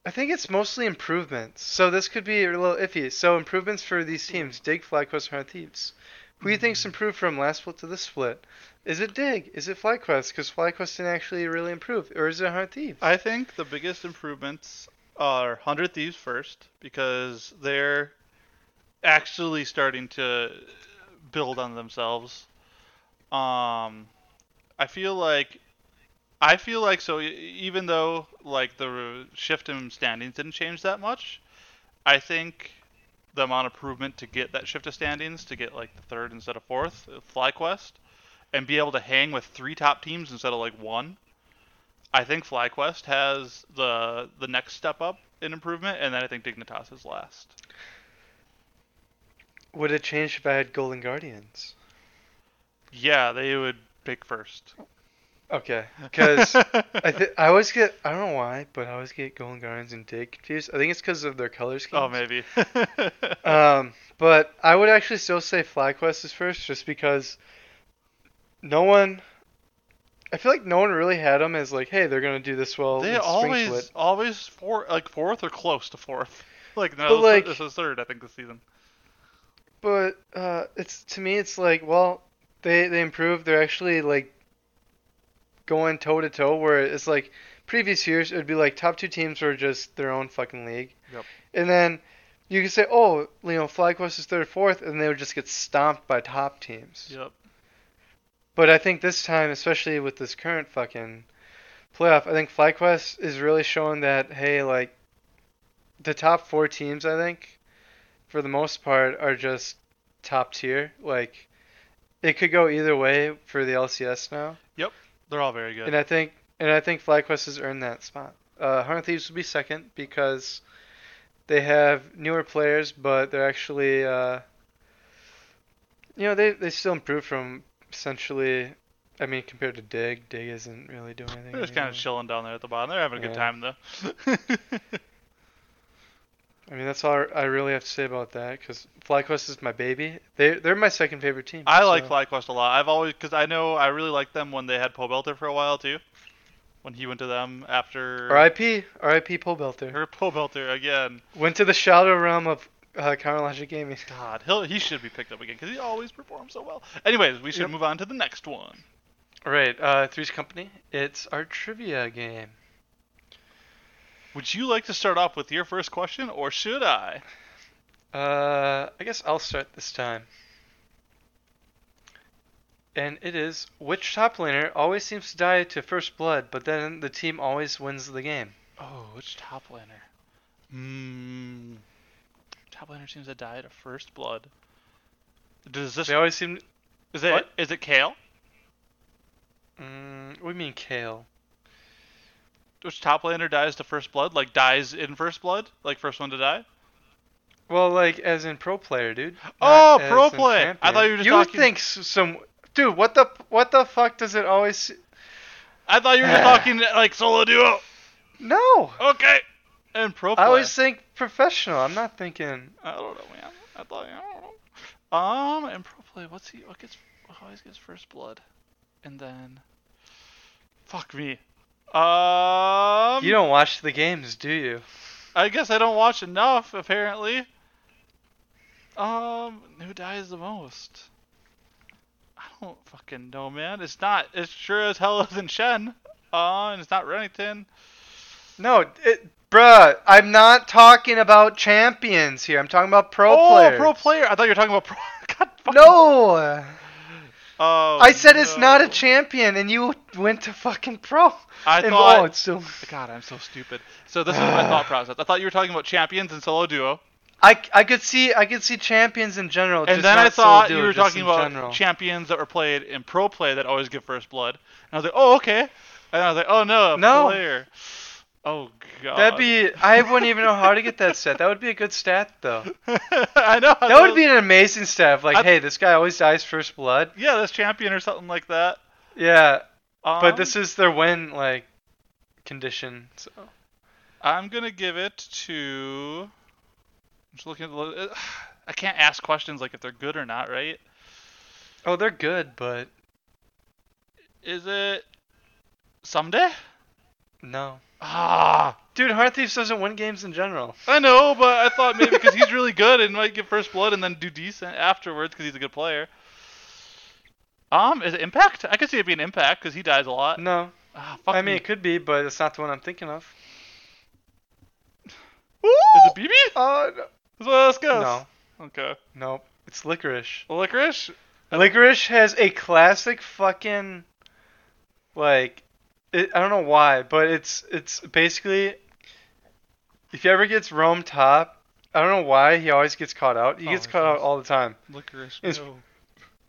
[SPEAKER 1] I think it's mostly improvements. So this could be a little iffy. So improvements for these teams: Dig, FlyQuest, Hunt Thieves. Who do you think's improved from last split to this split? Is it Dig? Is it FlyQuest? Because FlyQuest didn't actually really improve, or is it Hunt Thieves?
[SPEAKER 2] I think the biggest improvements are 100 Thieves first because they're actually starting to build on themselves. Um, I feel like I feel like so e- even though like the shift in standings didn't change that much, I think the amount of improvement to get that shift of standings to get like the third instead of fourth FlyQuest and be able to hang with three top teams instead of like one I think FlyQuest has the the next step up in improvement, and then I think Dignitas is last.
[SPEAKER 1] Would it change if I had Golden Guardians?
[SPEAKER 2] Yeah, they would pick first.
[SPEAKER 1] Okay, because I th- I always get I don't know why, but I always get Golden Guardians and Dig confused. I think it's because of their color schemes.
[SPEAKER 2] oh maybe.
[SPEAKER 1] Um, but I would actually still say FlyQuest is first, just because no one. I feel like no one really had them as like, hey, they're gonna do this well.
[SPEAKER 2] they
[SPEAKER 1] in spring
[SPEAKER 2] always
[SPEAKER 1] split.
[SPEAKER 2] always four like fourth or close to fourth. Like no,
[SPEAKER 1] But,
[SPEAKER 2] this,
[SPEAKER 1] like-
[SPEAKER 2] this is third I think this season.
[SPEAKER 1] But uh, it's to me, it's like, well, they they improved. They're actually like going toe to toe, where it's like previous years it would be like top two teams were just their own fucking league,
[SPEAKER 2] Yep.
[SPEAKER 1] and then you could say, oh, you know, FlyQuest is third, fourth, and they would just get stomped by top teams.
[SPEAKER 2] Yep.
[SPEAKER 1] But I think this time, especially with this current fucking playoff, I think FlyQuest is really showing that hey, like the top four teams, I think, for the most part, are just top tier. Like it could go either way for the LCS now,
[SPEAKER 2] They're all very good.
[SPEAKER 1] and I think and I think FlyQuest has earned that spot. Uh, Hunter Thieves will be second because they have newer players, but they're actually uh, you know they they still improve from essentially. I mean, compared to Dig, Dig isn't really doing anything.
[SPEAKER 2] They're just kind of
[SPEAKER 1] anymore.
[SPEAKER 2] chilling down there at the bottom. They're having a good
[SPEAKER 1] Yeah.
[SPEAKER 2] time though.
[SPEAKER 1] I mean, that's all I really have to say about that because FlyQuest is my baby. They they're my second favorite team.
[SPEAKER 2] I like
[SPEAKER 1] so-
[SPEAKER 2] FlyQuest a lot. I've always because I know I really liked them when they had Poe Belter for a while too. When he went to them after
[SPEAKER 1] R.I.P. R.I.P. Paul Belter
[SPEAKER 2] Her pole belter again.
[SPEAKER 1] went to the shadow realm of uh, chronological gaming.
[SPEAKER 2] God, he'll, he should be picked up again because he always performs so well. Anyways, we should
[SPEAKER 1] Yep.
[SPEAKER 2] move on to the next one.
[SPEAKER 1] All right, uh, Three's Company. It's our trivia game.
[SPEAKER 2] Would you like to start off with your first question, or should I?
[SPEAKER 1] Uh, I guess I'll start this time. And it is which top laner always seems to die to first blood, but then the team always wins the game.
[SPEAKER 2] Oh, which top laner? Hmm. Top laner seems to die at first blood. Does this
[SPEAKER 1] They always seem.
[SPEAKER 2] is it? Is
[SPEAKER 1] what?
[SPEAKER 2] it Kale?
[SPEAKER 1] Mm, we mean Kale.
[SPEAKER 2] Which top laner dies to first blood? Like dies in first blood? Like first one to die?
[SPEAKER 1] Well, like as in pro player, dude.
[SPEAKER 2] Oh,
[SPEAKER 1] not
[SPEAKER 2] pro
[SPEAKER 1] as in
[SPEAKER 2] play. I
[SPEAKER 1] champion.
[SPEAKER 2] thought you were just
[SPEAKER 1] you
[SPEAKER 2] talking-
[SPEAKER 1] think s- some dude? What the what the fuck does it always?
[SPEAKER 2] I thought you were talking like solo duo.
[SPEAKER 1] No,
[SPEAKER 2] Okay. And pro
[SPEAKER 1] I
[SPEAKER 2] player.
[SPEAKER 1] always think professional. I'm not thinking.
[SPEAKER 2] I don't know, man. I thought I don't know. Um, and pro play. What's he? What gets? What always gets first blood, and then. Fuck me. Um.
[SPEAKER 1] You don't watch the games, do you?
[SPEAKER 2] I guess I don't watch enough apparently. Um, who dies the most? I don't fucking know, man. It's not. It's sure as hell isn't Shen. Uh, and it's not Renington.
[SPEAKER 1] No, it, bruh. I'm not talking about champions here. I'm talking about pro
[SPEAKER 2] oh,
[SPEAKER 1] players.
[SPEAKER 2] pro player. I thought you were talking about pro. God fucking.
[SPEAKER 1] No,
[SPEAKER 2] Oh,
[SPEAKER 1] I said it's not a
[SPEAKER 2] no.
[SPEAKER 1] champion, and you went to fucking pro.
[SPEAKER 2] I
[SPEAKER 1] and,
[SPEAKER 2] thought.
[SPEAKER 1] oh, it's still.
[SPEAKER 2] God, I'm so stupid. So this is my thought process. I thought you were talking about champions and solo duo,
[SPEAKER 1] I, I could see I could see champions in general.
[SPEAKER 2] and
[SPEAKER 1] just
[SPEAKER 2] then I
[SPEAKER 1] not solo
[SPEAKER 2] thought you
[SPEAKER 1] duo,
[SPEAKER 2] were
[SPEAKER 1] just
[SPEAKER 2] talking
[SPEAKER 1] in
[SPEAKER 2] about
[SPEAKER 1] general.
[SPEAKER 2] champions that were played in pro play that always give first blood. And I was like, oh okay. And I was like, oh no, a
[SPEAKER 1] No.
[SPEAKER 2] player. Oh god.
[SPEAKER 1] That'd be. I wouldn't even know how to get that stat. That would be a good stat, though.
[SPEAKER 2] I know.
[SPEAKER 1] That would be an amazing stat. If, like,
[SPEAKER 2] I-
[SPEAKER 1] hey, this guy always dies first blood.
[SPEAKER 2] Yeah, this champion or something like that.
[SPEAKER 1] Yeah,
[SPEAKER 2] Um,
[SPEAKER 1] but this is their win like condition. So
[SPEAKER 2] I'm gonna give it to. I'm just looking at the. li- I can't ask questions like if they're good or not, right?
[SPEAKER 1] oh, they're good, but
[SPEAKER 2] Is it someday?
[SPEAKER 1] no.
[SPEAKER 2] Ah.
[SPEAKER 1] Dude, Heart Thieves doesn't win games in general.
[SPEAKER 2] I know, but I thought maybe because he's really good and might get first blood and then do decent afterwards because he's a good player. Um, is it impact? I could see it being impact because he dies a lot.
[SPEAKER 1] No,
[SPEAKER 2] Ah, fuck
[SPEAKER 1] I mean
[SPEAKER 2] me.
[SPEAKER 1] it could be, but it's not the one I'm thinking of.
[SPEAKER 2] is it BB?
[SPEAKER 1] Oh
[SPEAKER 2] That's what else
[SPEAKER 1] no,
[SPEAKER 2] goes.
[SPEAKER 1] no,
[SPEAKER 2] Okay.
[SPEAKER 1] no, it's Licorice.
[SPEAKER 2] Licorice.
[SPEAKER 1] Licorice has a classic fucking like it, I don't know why, but it's it's basically if he ever gets roam top, I don't know why he always gets caught out. He
[SPEAKER 2] Oh,
[SPEAKER 1] gets
[SPEAKER 2] he
[SPEAKER 1] caught out
[SPEAKER 2] does.
[SPEAKER 1] all the time.
[SPEAKER 2] Licorice.
[SPEAKER 1] It's-
[SPEAKER 2] no.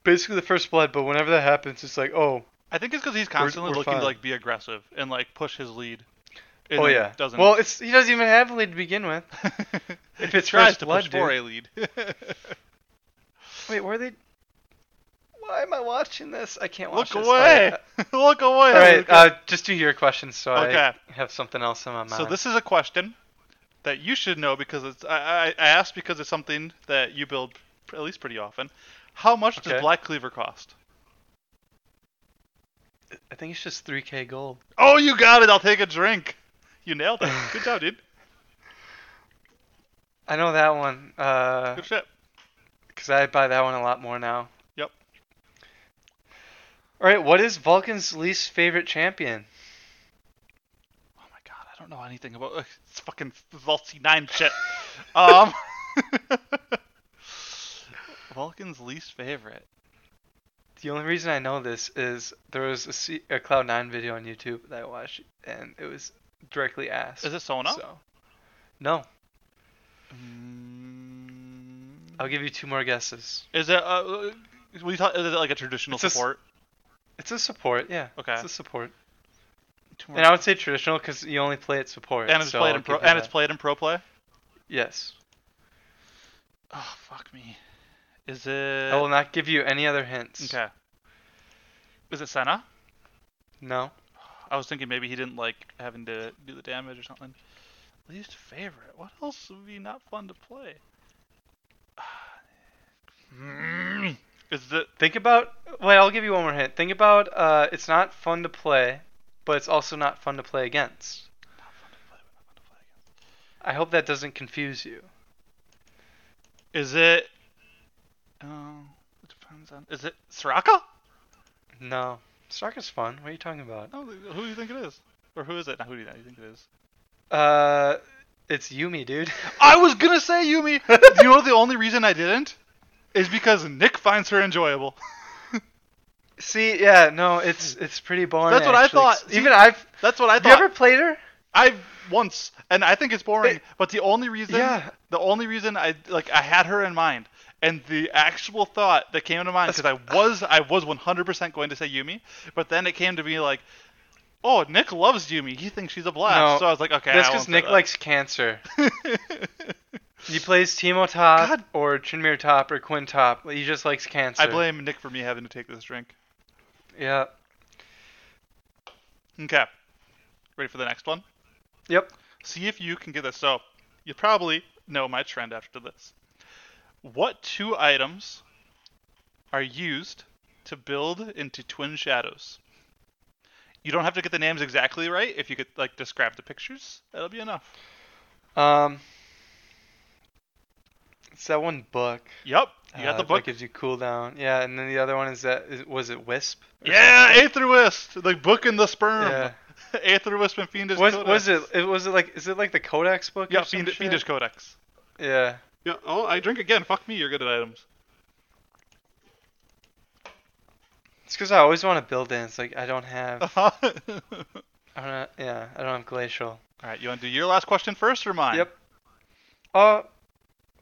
[SPEAKER 1] Basically the first blood, but whenever that happens, it's like oh
[SPEAKER 2] I think it's because he's constantly
[SPEAKER 1] we're
[SPEAKER 2] looking
[SPEAKER 1] fine.
[SPEAKER 2] to like be aggressive and like push his lead. And
[SPEAKER 1] oh
[SPEAKER 2] then
[SPEAKER 1] yeah.
[SPEAKER 2] Doesn't.
[SPEAKER 1] Well, it's he doesn't even have a lead to begin with. if it's
[SPEAKER 2] tries
[SPEAKER 1] first
[SPEAKER 2] to
[SPEAKER 1] blood,
[SPEAKER 2] push for a lead.
[SPEAKER 1] Wait, were they? Why am I watching this? I can't watch
[SPEAKER 2] Look
[SPEAKER 1] this.
[SPEAKER 2] away! Look away!
[SPEAKER 1] All right,
[SPEAKER 2] Lucas.
[SPEAKER 1] all right uh, just do your questions so
[SPEAKER 2] Okay.
[SPEAKER 1] I have something else in my mind.
[SPEAKER 2] So this is a question that you should know because it's I, I I asked because it's something that you build pr- at least pretty often. How much
[SPEAKER 1] Okay.
[SPEAKER 2] does Black Cleaver cost?
[SPEAKER 1] I think it's just 3k gold.
[SPEAKER 2] Oh, you got it! I'll take a drink. You nailed it. Good job, dude.
[SPEAKER 1] I know that one
[SPEAKER 2] Good
[SPEAKER 1] because
[SPEAKER 2] shit.
[SPEAKER 1] I buy that one a lot more now.
[SPEAKER 2] Yep.
[SPEAKER 1] All right, what is Vulcan's least favorite champion?
[SPEAKER 2] Oh my god, I don't know anything about ugh, it's fucking Vaulty Nine shit. Um, Vulcan's least favorite.
[SPEAKER 1] The only reason I know this is there was a, C- a Cloud Nine video on YouTube that I watched, and it was directly asked.
[SPEAKER 2] Is it Sona?
[SPEAKER 1] So, no.
[SPEAKER 2] Mm,
[SPEAKER 1] I'll give you two more guesses.
[SPEAKER 2] Is it uh, uh, we talk, is it like a traditional
[SPEAKER 1] It's a s-
[SPEAKER 2] support?
[SPEAKER 1] It's a support, yeah.
[SPEAKER 2] Okay.
[SPEAKER 1] It's a support,
[SPEAKER 2] Two more-
[SPEAKER 1] and I would say traditional because you only play it support.
[SPEAKER 2] And it's
[SPEAKER 1] so
[SPEAKER 2] played
[SPEAKER 1] I'll
[SPEAKER 2] in pro.
[SPEAKER 1] give you
[SPEAKER 2] And it's
[SPEAKER 1] that.
[SPEAKER 2] played in pro play.
[SPEAKER 1] yes.
[SPEAKER 2] Oh fuck me. Is it?
[SPEAKER 1] I will not give you any other hints.
[SPEAKER 2] okay. Is it Senna?
[SPEAKER 1] No.
[SPEAKER 2] I was thinking maybe he didn't like having to do the damage or something. Least favorite. What else would be not fun to play? Mm, Is it?
[SPEAKER 1] Think about. Wait, I'll give you one more hint. Think about. Uh, it's not fun to play, but it's also not fun to play against.
[SPEAKER 2] Not fun to play, not fun to play against.
[SPEAKER 1] I hope that doesn't confuse you.
[SPEAKER 2] Is it? Oh, it depends on. Is it Soraka?
[SPEAKER 1] No, Stark is fun. What are you talking about?
[SPEAKER 2] No, who do you think it is? Or who is it? Not who do you, who do you think it is?
[SPEAKER 1] Uh, it's Yumi, dude.
[SPEAKER 2] I was gonna say Yumi. you know the only reason I didn't is because Nick finds her enjoyable.
[SPEAKER 1] See, yeah, no, it's it's pretty boring.
[SPEAKER 2] That's what I
[SPEAKER 1] actually.
[SPEAKER 2] thought. See,
[SPEAKER 1] Even I've.
[SPEAKER 2] That's what I
[SPEAKER 1] Have you
[SPEAKER 2] thought.
[SPEAKER 1] ever played her?
[SPEAKER 2] I've once, and I think it's boring.
[SPEAKER 1] It-
[SPEAKER 2] but the only reason,
[SPEAKER 1] Yeah.
[SPEAKER 2] the only reason I like I had her in mind, and the actual thought that came to mind because I was I was 100% going to say Yumi, but then it came to me like, oh, Nick loves Yumi. He thinks she's a blast.
[SPEAKER 1] No,
[SPEAKER 2] so I was like, okay,
[SPEAKER 1] That's
[SPEAKER 2] I
[SPEAKER 1] because
[SPEAKER 2] won't say
[SPEAKER 1] Nick
[SPEAKER 2] that.
[SPEAKER 1] likes cancer. He plays Timo Top
[SPEAKER 2] God.
[SPEAKER 1] or Chinmere Top or Quinn Top. He just likes cancer.
[SPEAKER 2] I blame Nick for me having to take this drink.
[SPEAKER 1] Yeah.
[SPEAKER 2] Okay, ready for the next one?
[SPEAKER 1] Yep.
[SPEAKER 2] See if you can get this. So, you probably know my trend after this. What two items are used to build into twin shadows? You don't have to get the names exactly right. If you could like describe the pictures, that'll be enough.
[SPEAKER 1] Um. It's that one book.
[SPEAKER 2] Yep, you got
[SPEAKER 1] uh,
[SPEAKER 2] the
[SPEAKER 1] that
[SPEAKER 2] book.
[SPEAKER 1] gives you cooldown. Yeah, and then the other one is that is, was it Wisp? or
[SPEAKER 2] Yeah, Aetherwist, the book and the sperm.
[SPEAKER 1] something? Yeah.
[SPEAKER 2] Aetherwist and Fiendish
[SPEAKER 1] Was
[SPEAKER 2] Codex.
[SPEAKER 1] was it, it was it like is it like the Codex book?
[SPEAKER 2] Yeah,
[SPEAKER 1] or some
[SPEAKER 2] Fiend,
[SPEAKER 1] shit?
[SPEAKER 2] Fiendish Codex.
[SPEAKER 1] Yeah.
[SPEAKER 2] Yeah. Oh, I drink again. Fuck me. You're good at items.
[SPEAKER 1] It's because I always want to build in. It's like I don't
[SPEAKER 2] Oh.
[SPEAKER 1] have.
[SPEAKER 2] Uh-huh.
[SPEAKER 1] I don't. Have, yeah, I don't have glacial.
[SPEAKER 2] All right, you want to do your last question first or mine?
[SPEAKER 1] Yep. Uh,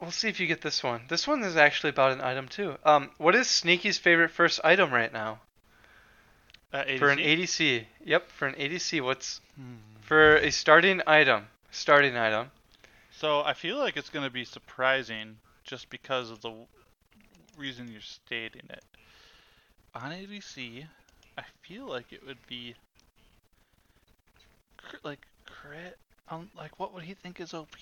[SPEAKER 1] we'll see if you get this one. This one is actually about an item too. Um, what is Sneaky's favorite first item right now
[SPEAKER 2] Uh,
[SPEAKER 1] for an
[SPEAKER 2] ADC?
[SPEAKER 1] ADC? Yep, for an ADC. What's
[SPEAKER 2] Hmm.
[SPEAKER 1] for a starting item? Starting item.
[SPEAKER 2] So I feel like it's going to be surprising just because of the w- reason you're stating it. On ADC, I feel like it would be cr- like crit. Um, like what would he think is OP?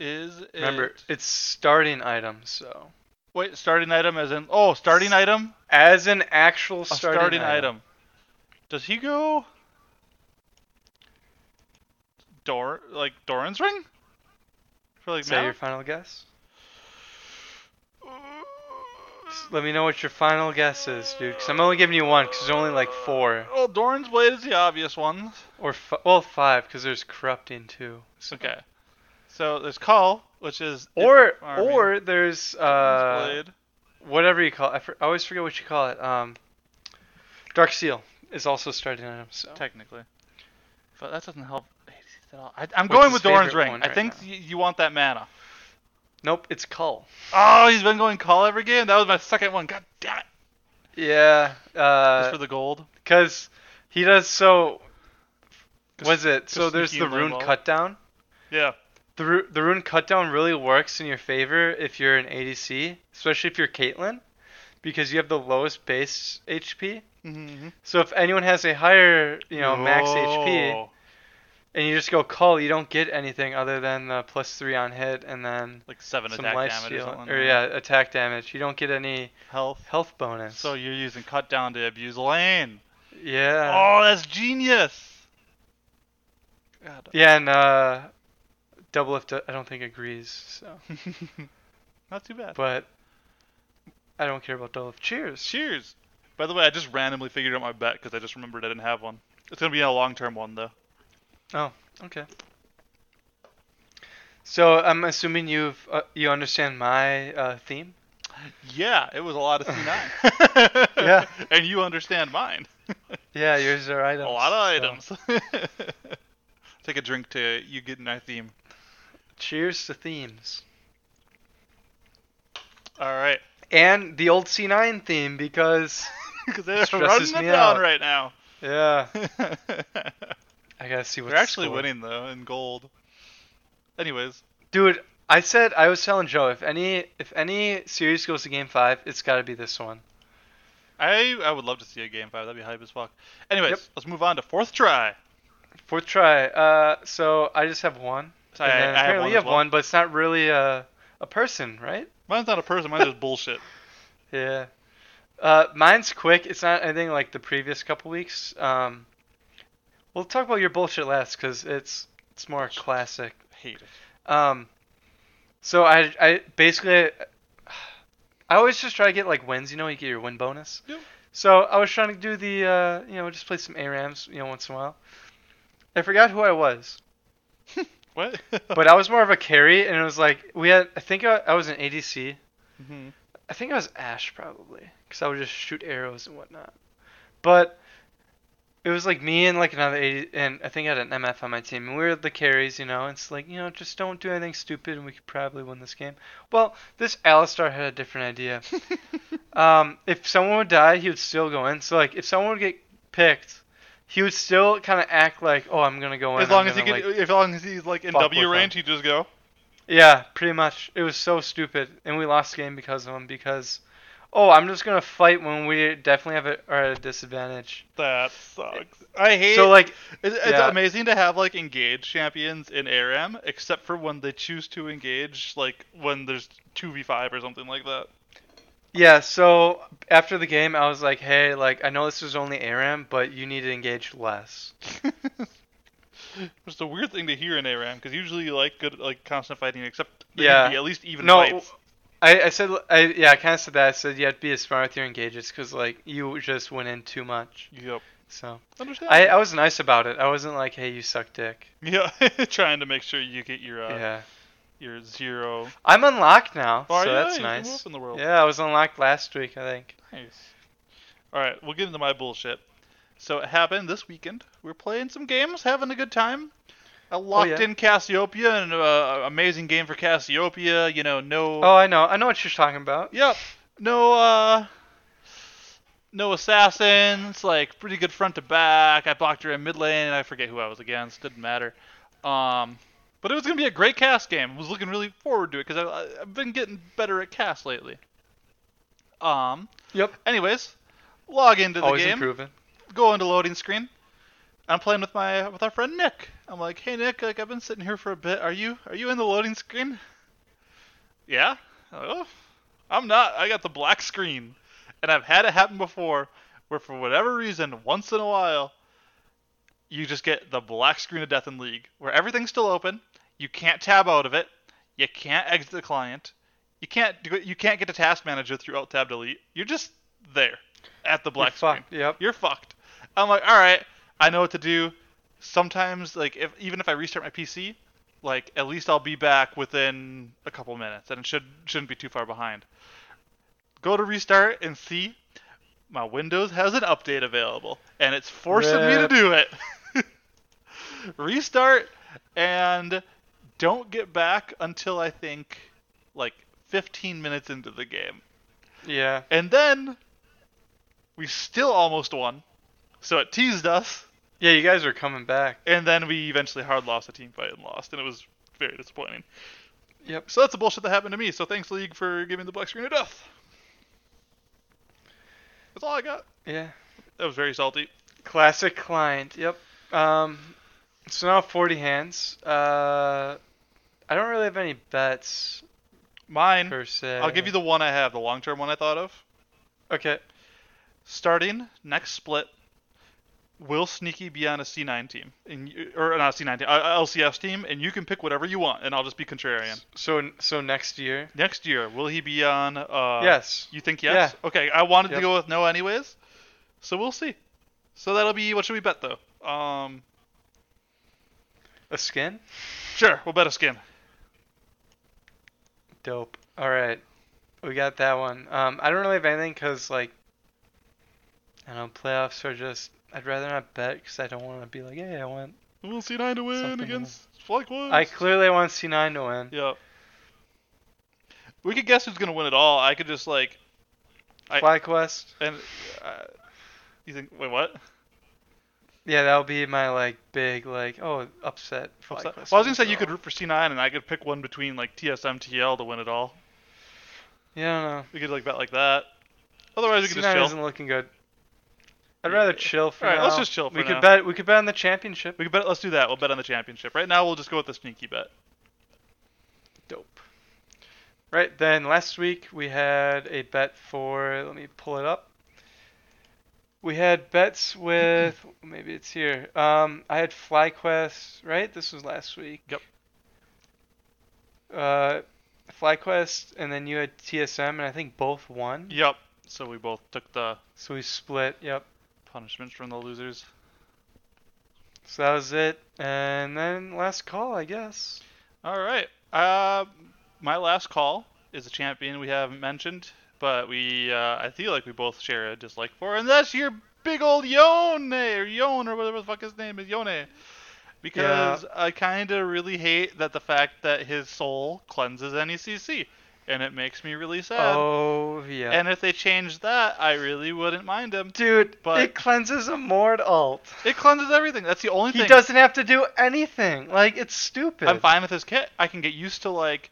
[SPEAKER 2] Is
[SPEAKER 1] Remember,
[SPEAKER 2] it-
[SPEAKER 1] it's starting item. So
[SPEAKER 2] wait starting item as in oh starting item
[SPEAKER 1] as an actual
[SPEAKER 2] a
[SPEAKER 1] starting,
[SPEAKER 2] starting, item. Does he go? Dor like Doran's ring? For like
[SPEAKER 1] Is that
[SPEAKER 2] Mal-
[SPEAKER 1] your final guess? Just Let me know what your final guess is, dude. Because I'm only giving you one. Because there's only like four
[SPEAKER 2] Well, Doran's blade is the obvious one.
[SPEAKER 1] or f- well five. Because there's corrupting too. So-
[SPEAKER 2] Okay. So there's call, which is
[SPEAKER 1] Or
[SPEAKER 2] I mean,
[SPEAKER 1] or there's
[SPEAKER 2] Doran's
[SPEAKER 1] uh
[SPEAKER 2] blade.
[SPEAKER 1] whatever you call it. I, for, I always forget what you call it. Um, dark seal is also starting item. So
[SPEAKER 2] technically, but that doesn't help ADCs at all. I, I'm
[SPEAKER 1] What's
[SPEAKER 2] going
[SPEAKER 1] his
[SPEAKER 2] with Doran's
[SPEAKER 1] favorite
[SPEAKER 2] ring.
[SPEAKER 1] one
[SPEAKER 2] I
[SPEAKER 1] right
[SPEAKER 2] think
[SPEAKER 1] now?
[SPEAKER 2] y- you want that mana.
[SPEAKER 1] nope, it's cull.
[SPEAKER 2] Oh, he's been going call every game. That was my second one. God damn it!
[SPEAKER 1] Yeah, uh,
[SPEAKER 2] Just
[SPEAKER 1] because
[SPEAKER 2] for the gold.
[SPEAKER 1] he does so.
[SPEAKER 2] 'Cause-
[SPEAKER 1] Was it
[SPEAKER 2] 'cause
[SPEAKER 1] so? There's
[SPEAKER 2] sneaky
[SPEAKER 1] the
[SPEAKER 2] and low
[SPEAKER 1] rune
[SPEAKER 2] ball.
[SPEAKER 1] cutdown.
[SPEAKER 2] Yeah.
[SPEAKER 1] The, ru- the rune cutdown really works in your favor if you're an ADC, especially if you're Caitlyn, because you have the lowest base HP.
[SPEAKER 2] Mm-hmm.
[SPEAKER 1] So if anyone has a higher, you know, max HP, and you just go call, you don't get anything other than the plus three on hit and then
[SPEAKER 2] like seven
[SPEAKER 1] some
[SPEAKER 2] attack
[SPEAKER 1] life
[SPEAKER 2] damage or
[SPEAKER 1] steal-
[SPEAKER 2] something.
[SPEAKER 1] or yeah, attack damage. You don't get any
[SPEAKER 2] health.
[SPEAKER 1] health bonus.
[SPEAKER 2] So you're using cut down to abuse lane.
[SPEAKER 1] yeah,
[SPEAKER 2] Oh, that's genius. God.
[SPEAKER 1] yeah, and uh, double lift. I don't think agrees. So,
[SPEAKER 2] Not too bad.
[SPEAKER 1] but I don't care about double lift. Cheers.
[SPEAKER 2] Cheers. By the way, I just randomly figured out my bet because I just remembered I didn't have one. It's gonna be a long-term one though.
[SPEAKER 1] Okay. So I'm assuming you've uh, you understand my uh, theme.
[SPEAKER 2] Yeah, it was a lot of C9.
[SPEAKER 1] Yeah.
[SPEAKER 2] and you understand mine.
[SPEAKER 1] Yeah, yours are items.
[SPEAKER 2] a lot of
[SPEAKER 1] so-
[SPEAKER 2] items. Take a drink to you getting our theme.
[SPEAKER 1] Cheers to themes.
[SPEAKER 2] All right.
[SPEAKER 1] And the old C9 theme because
[SPEAKER 2] Because they're running
[SPEAKER 1] Stresses
[SPEAKER 2] it
[SPEAKER 1] me
[SPEAKER 2] down
[SPEAKER 1] out.
[SPEAKER 2] right now.
[SPEAKER 1] yeah,
[SPEAKER 2] They're
[SPEAKER 1] I gotta see what's
[SPEAKER 2] actually
[SPEAKER 1] score.
[SPEAKER 2] winning though in gold. Anyways,
[SPEAKER 1] Dude, I said I was telling Joe if any if any series goes to game five, it's got to be this one.
[SPEAKER 2] I I would love to see a game five. That'd be hype as fuck. Anyways,
[SPEAKER 1] Yep.
[SPEAKER 2] let's move on to fourth try.
[SPEAKER 1] Fourth try. Uh, so I just have one.
[SPEAKER 2] So I,
[SPEAKER 1] And then
[SPEAKER 2] I have
[SPEAKER 1] apparently
[SPEAKER 2] one.
[SPEAKER 1] you
[SPEAKER 2] as
[SPEAKER 1] have
[SPEAKER 2] well.
[SPEAKER 1] one, but it's not really a a person, right?
[SPEAKER 2] Mine's not a person. Mine's just bullshit.
[SPEAKER 1] Yeah. Uh, mine's quick. It's not anything like the previous couple weeks. Um, we'll talk about your bullshit last because it's it's more classic.
[SPEAKER 2] Hate it.
[SPEAKER 1] Um, so I, I basically, I always just try to get like wins. You know, you get your win bonus.
[SPEAKER 2] Yep.
[SPEAKER 1] So I was trying to do the, uh, you know, just play some ARAMs, you know, once in a while. I forgot who I was,
[SPEAKER 2] What?
[SPEAKER 1] but uh, I was more of a carry, and it was like we had. I think I, I was an ADC.
[SPEAKER 2] hmm
[SPEAKER 1] I think I was Ash probably, because I would just shoot arrows and whatnot. But it was like me and like another 80, and I think I had an MF on my team, and we were the carries, you know. It's like you know, just don't do anything stupid, and we could probably win this game. Well, this Alistar had a different idea. um, if someone would die, he would still go in. So like, if someone would get picked, he would still kind of act like, oh, I'm gonna go in.
[SPEAKER 2] As long
[SPEAKER 1] I'm
[SPEAKER 2] as he
[SPEAKER 1] gonna,
[SPEAKER 2] can,
[SPEAKER 1] like,
[SPEAKER 2] as long as he's like in
[SPEAKER 1] fuck
[SPEAKER 2] W
[SPEAKER 1] with
[SPEAKER 2] range, he just go.
[SPEAKER 1] yeah, pretty much. It was so stupid, and we lost the game because of him. Because, oh, I'm just gonna fight when we definitely have a, are at a disadvantage.
[SPEAKER 2] That sucks. I hate.
[SPEAKER 1] So like,
[SPEAKER 2] It's, it's
[SPEAKER 1] Yeah.
[SPEAKER 2] amazing to have like engaged champions in ARAM, except for when they choose to engage, like when there's two v five or something like that.
[SPEAKER 1] yeah. So after the game, I was like, hey, like I know this is only Aram, but you need to engage less.
[SPEAKER 2] It's a weird thing to hear in ARAM because usually you like good like constant fighting, except there
[SPEAKER 1] Yeah.
[SPEAKER 2] should be at least even
[SPEAKER 1] No,
[SPEAKER 2] fights.
[SPEAKER 1] I, I said, I yeah, I kind of said that. I said you have to be as smart with your engages because like you just went in too much.
[SPEAKER 2] Yep.
[SPEAKER 1] So
[SPEAKER 2] Understand?
[SPEAKER 1] I, I was nice about it. I wasn't like, hey, you suck dick.
[SPEAKER 2] yeah, trying to make sure you get your uh,
[SPEAKER 1] yeah,
[SPEAKER 2] your zero.
[SPEAKER 1] I'm unlocked now,
[SPEAKER 2] Oh,
[SPEAKER 1] so
[SPEAKER 2] yeah,
[SPEAKER 1] that's
[SPEAKER 2] you can move
[SPEAKER 1] nice.
[SPEAKER 2] up in the world.
[SPEAKER 1] Yeah, I was unlocked last week, I think.
[SPEAKER 2] Nice. All right, we'll get into my bullshit. So it happened this weekend. We were playing some games, having a good time. I locked
[SPEAKER 1] Oh, yeah.
[SPEAKER 2] in Cassiopeia, and uh, amazing game for Cassiopeia. You know, no,
[SPEAKER 1] Oh, I know. I know what you're talking about.
[SPEAKER 2] yep, no, uh, no assassins. Like pretty good front to back. I blocked her in mid lane, and I forget who I was against. Didn't matter. Um, but it was gonna be a great cast game. I was looking really forward to it because I, I've been getting better at cast lately. Um,
[SPEAKER 1] Yep.
[SPEAKER 2] Anyways, log into the
[SPEAKER 1] Always
[SPEAKER 2] game,
[SPEAKER 1] improving.
[SPEAKER 2] go into loading screen. I'm playing with my with our friend Nick. I'm like, hey Nick, like I've been sitting here for a bit. Are you are you in the loading screen? Yeah. I'm like, oh, I'm not. I got the black screen, and I've had it happen before, where for whatever reason, once in a while, you just get the black screen of death in League, where everything's still open. You can't tab out of it. You can't exit the client. You can't do it. You can't get to Task Manager through Alt Tab Delete. You're just there at the black
[SPEAKER 1] You're
[SPEAKER 2] screen
[SPEAKER 1] fucked. Yep.
[SPEAKER 2] you're fucked. I'm like, all right, I know what to do. Sometimes, like, if even if I restart my PC, like, at least I'll be back within a couple minutes, and it should shouldn't be too far behind. Go to restart and see, my Windows has an update available, and it's forcing me to
[SPEAKER 1] Rip.
[SPEAKER 2] do it. restart and don't get back until I think like 15 minutes into the game.
[SPEAKER 1] Yeah.
[SPEAKER 2] And then we still almost won. So it teased us,
[SPEAKER 1] Yeah, you guys are coming back.
[SPEAKER 2] and then we eventually hard lost a team fight and lost, and it was very disappointing.
[SPEAKER 1] Yep.
[SPEAKER 2] So that's the bullshit that happened to me. So thanks, League, for giving the black screen of death. That's all I got.
[SPEAKER 1] Yeah.
[SPEAKER 2] That was very salty.
[SPEAKER 1] Classic client. Yep. Um, so now 40 hands. Uh, I don't really have any bets
[SPEAKER 2] Mine.
[SPEAKER 1] per se.
[SPEAKER 2] I'll give you the one I have, the long-term one I thought of.
[SPEAKER 1] Okay.
[SPEAKER 2] Starting next split, will Sneaky be on a C9 team, and you, or not a C9 team, a a LCS team, and you can pick whatever you want, and I'll just be contrarian.
[SPEAKER 1] So so next year.
[SPEAKER 2] Next year, will he be on? Uh,
[SPEAKER 1] yes.
[SPEAKER 2] You think yes? Okay, I wanted to
[SPEAKER 1] Yep.
[SPEAKER 2] go with no anyways, so we'll see. So that'll be what should we bet though? Um,
[SPEAKER 1] A skin.
[SPEAKER 2] sure, we'll bet a skin.
[SPEAKER 1] Dope. All right. We got that one. Um, I don't really have anything because like, I don't know, playoffs are just. I'd rather not bet because I don't want to be like, hey, I want
[SPEAKER 2] We'll see nine to win
[SPEAKER 1] Something like
[SPEAKER 2] against Flykwood.
[SPEAKER 1] I clearly want C9 to win.
[SPEAKER 2] Yeah. We could guess who's gonna win it all. I could just like I-
[SPEAKER 1] FlyQuest.
[SPEAKER 2] and uh, you think wait what?
[SPEAKER 1] Yeah, that'll be my like big like oh upset. FlyQuest
[SPEAKER 2] Upset- Well, I was gonna
[SPEAKER 1] wins
[SPEAKER 2] say
[SPEAKER 1] it
[SPEAKER 2] you could
[SPEAKER 1] all.
[SPEAKER 2] root for C9 and I could pick one between like TSMTL to win it all.
[SPEAKER 1] Yeah, I don't know.
[SPEAKER 2] We could like bet like that. Otherwise, we could just
[SPEAKER 1] C9
[SPEAKER 2] chill.
[SPEAKER 1] isn't looking good. I'd rather
[SPEAKER 2] Yeah.
[SPEAKER 1] chill for
[SPEAKER 2] Alright,
[SPEAKER 1] now.
[SPEAKER 2] let's just chill for
[SPEAKER 1] we
[SPEAKER 2] now.
[SPEAKER 1] could bet. We could bet on the championship.
[SPEAKER 2] We can bet. Let's do that. We'll bet on the championship. Right now, we'll just go with the sneaky bet.
[SPEAKER 1] Dope. Right then, last week we had a bet for. Let me pull it up. We had bets with maybe it's here. Um, I had FlyQuest. Right, this was last week.
[SPEAKER 2] Yep.
[SPEAKER 1] Uh, FlyQuest, and then you had TSM, and I think both won.
[SPEAKER 2] Yep. So we both took the
[SPEAKER 1] So we split. Yep.
[SPEAKER 2] punishments from the losers.
[SPEAKER 1] So that was it. And then last call, I guess.
[SPEAKER 2] All right. Uh, my last call is a champion we haven't mentioned, but we uh, I feel like we both share a dislike for, and that's your big old Yone or Yon or whatever the fuck his name is, Yone. Because I kind of really hate that the fact that his soul cleanses NECC, and it makes me really sad.
[SPEAKER 1] Oh, yeah.
[SPEAKER 2] Um, And if they changed that, I really wouldn't mind him.
[SPEAKER 1] Dude,
[SPEAKER 2] But-
[SPEAKER 1] it cleanses a Mord alt.
[SPEAKER 2] It cleanses everything. That's the only
[SPEAKER 1] He
[SPEAKER 2] thing.
[SPEAKER 1] doesn't have to do anything. Like, it's stupid.
[SPEAKER 2] I'm fine with his kit. I can get used to like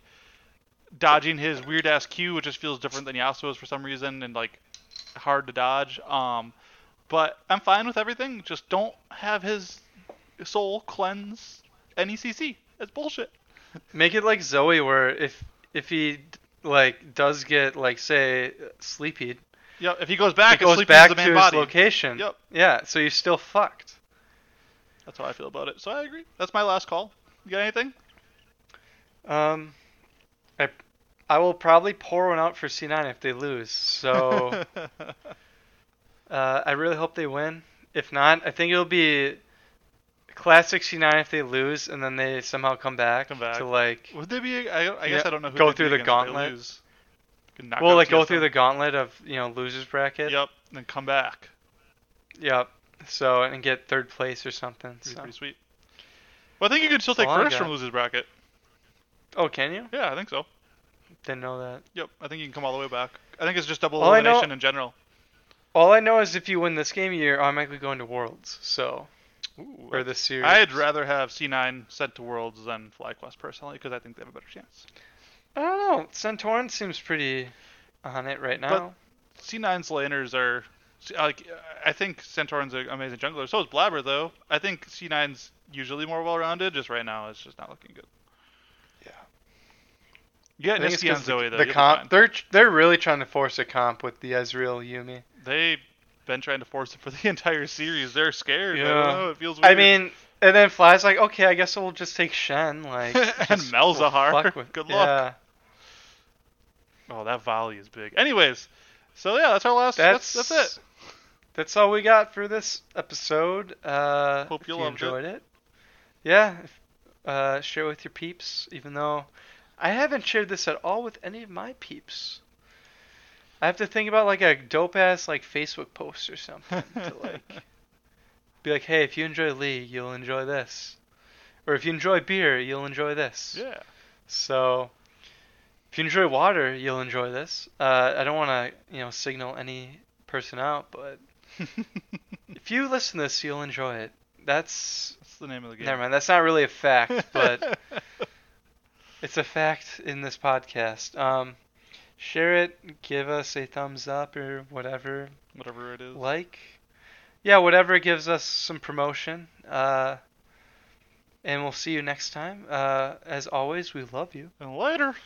[SPEAKER 2] dodging his weird ass Q, which just feels different than Yasuo's for some reason, and like hard to dodge. Um, but I'm fine with everything. Just don't have his soul cleanse NECC. That's bullshit.
[SPEAKER 1] Make it like Zoe, where if if he like does get like say sleepy,
[SPEAKER 2] Yeah, if he goes
[SPEAKER 1] he
[SPEAKER 2] back, it's
[SPEAKER 1] goes
[SPEAKER 2] sleeping
[SPEAKER 1] back
[SPEAKER 2] the
[SPEAKER 1] to
[SPEAKER 2] main
[SPEAKER 1] his
[SPEAKER 2] body.
[SPEAKER 1] location.
[SPEAKER 2] Yep.
[SPEAKER 1] Yeah, so you're still fucked.
[SPEAKER 2] That's how I feel about it. So I agree. That's my last call. You got anything?
[SPEAKER 1] Um, I I will probably pour one out for C9 if they lose. So uh, I really hope they win. If not, I think it'll be classic C9 if they lose and then they somehow come back,
[SPEAKER 2] Come back.
[SPEAKER 1] to like
[SPEAKER 2] Would they be? I, I
[SPEAKER 1] Yeah,
[SPEAKER 2] guess I don't know who.
[SPEAKER 1] go
[SPEAKER 2] they'd be
[SPEAKER 1] through the
[SPEAKER 2] against if they
[SPEAKER 1] gauntlet.
[SPEAKER 2] lose. Could knock
[SPEAKER 1] well
[SPEAKER 2] out
[SPEAKER 1] like go
[SPEAKER 2] TSM.
[SPEAKER 1] through the gauntlet of you know losers bracket.
[SPEAKER 2] Yep, and then come back.
[SPEAKER 1] Yep. So and get third place or something.
[SPEAKER 2] That'd be
[SPEAKER 1] so-
[SPEAKER 2] pretty sweet. Well, I think you could still
[SPEAKER 1] That's
[SPEAKER 2] take
[SPEAKER 1] all I
[SPEAKER 2] first from
[SPEAKER 1] got.
[SPEAKER 2] losers bracket.
[SPEAKER 1] Oh, can you?
[SPEAKER 2] Yeah, I think so.
[SPEAKER 1] Didn't know that.
[SPEAKER 2] Yep, I think you can come all the way back. I think it's just double
[SPEAKER 1] All I know-
[SPEAKER 2] elimination in general.
[SPEAKER 1] All I know is if you win this game, you're automatically going to Worlds. So
[SPEAKER 2] Ooh,
[SPEAKER 1] or the series.
[SPEAKER 2] I'd rather have C9 sent to Worlds than FlyQuest personally because I think they have a better chance.
[SPEAKER 1] I don't know. Centauran seems pretty on it right now.
[SPEAKER 2] C9's laners are like I think Centaurin's an amazing jungler. So is Blabber though. I think C9's usually more well-rounded. Just right now, it's just not looking good.
[SPEAKER 1] Yeah.
[SPEAKER 2] Yeah,
[SPEAKER 1] I think it's
[SPEAKER 2] Niski and
[SPEAKER 1] 'cause
[SPEAKER 2] Zoe
[SPEAKER 1] the,
[SPEAKER 2] though.
[SPEAKER 1] the
[SPEAKER 2] you'll be fine.
[SPEAKER 1] comp they're tr- they're really trying to force a comp with the Ezreal Yumi.
[SPEAKER 2] They've been trying to force it for the entire series. They're scared. I
[SPEAKER 1] Yeah.
[SPEAKER 2] don't know. It feels weird.
[SPEAKER 1] I mean, and then Fly's like, okay, I guess we'll just take Shen like
[SPEAKER 2] and
[SPEAKER 1] just
[SPEAKER 2] Melzahar.
[SPEAKER 1] fuck with
[SPEAKER 2] Good luck.
[SPEAKER 1] yeah.
[SPEAKER 2] Oh, that volley is big. Anyways, so yeah, that's our last. That's
[SPEAKER 1] That's
[SPEAKER 2] that's, it.
[SPEAKER 1] That's all we got for this episode. Uh,
[SPEAKER 2] Hope
[SPEAKER 1] if
[SPEAKER 2] you
[SPEAKER 1] you,
[SPEAKER 2] loved it.
[SPEAKER 1] enjoyed it. Yeah, if, uh, share with your peeps. Even though I haven't shared this at all with any of my peeps, I have to think about like a dope ass like Facebook post or something to like be like, hey, if you enjoy League, you'll enjoy this, or if you enjoy beer, you'll enjoy this.
[SPEAKER 2] Yeah.
[SPEAKER 1] So, if you enjoy water, you'll enjoy this. Uh, I don't want to, you know, signal any person out, but if you listen to this, you'll enjoy it. That's
[SPEAKER 2] that's the name of the game.
[SPEAKER 1] never mind. That's not really a fact, but it's a fact in this podcast. Um, share it, give us a thumbs up or whatever,
[SPEAKER 2] whatever it is.
[SPEAKER 1] like, yeah, whatever gives us some promotion. Uh, and we'll see you next time. Uh, as always, we love you.
[SPEAKER 2] And later.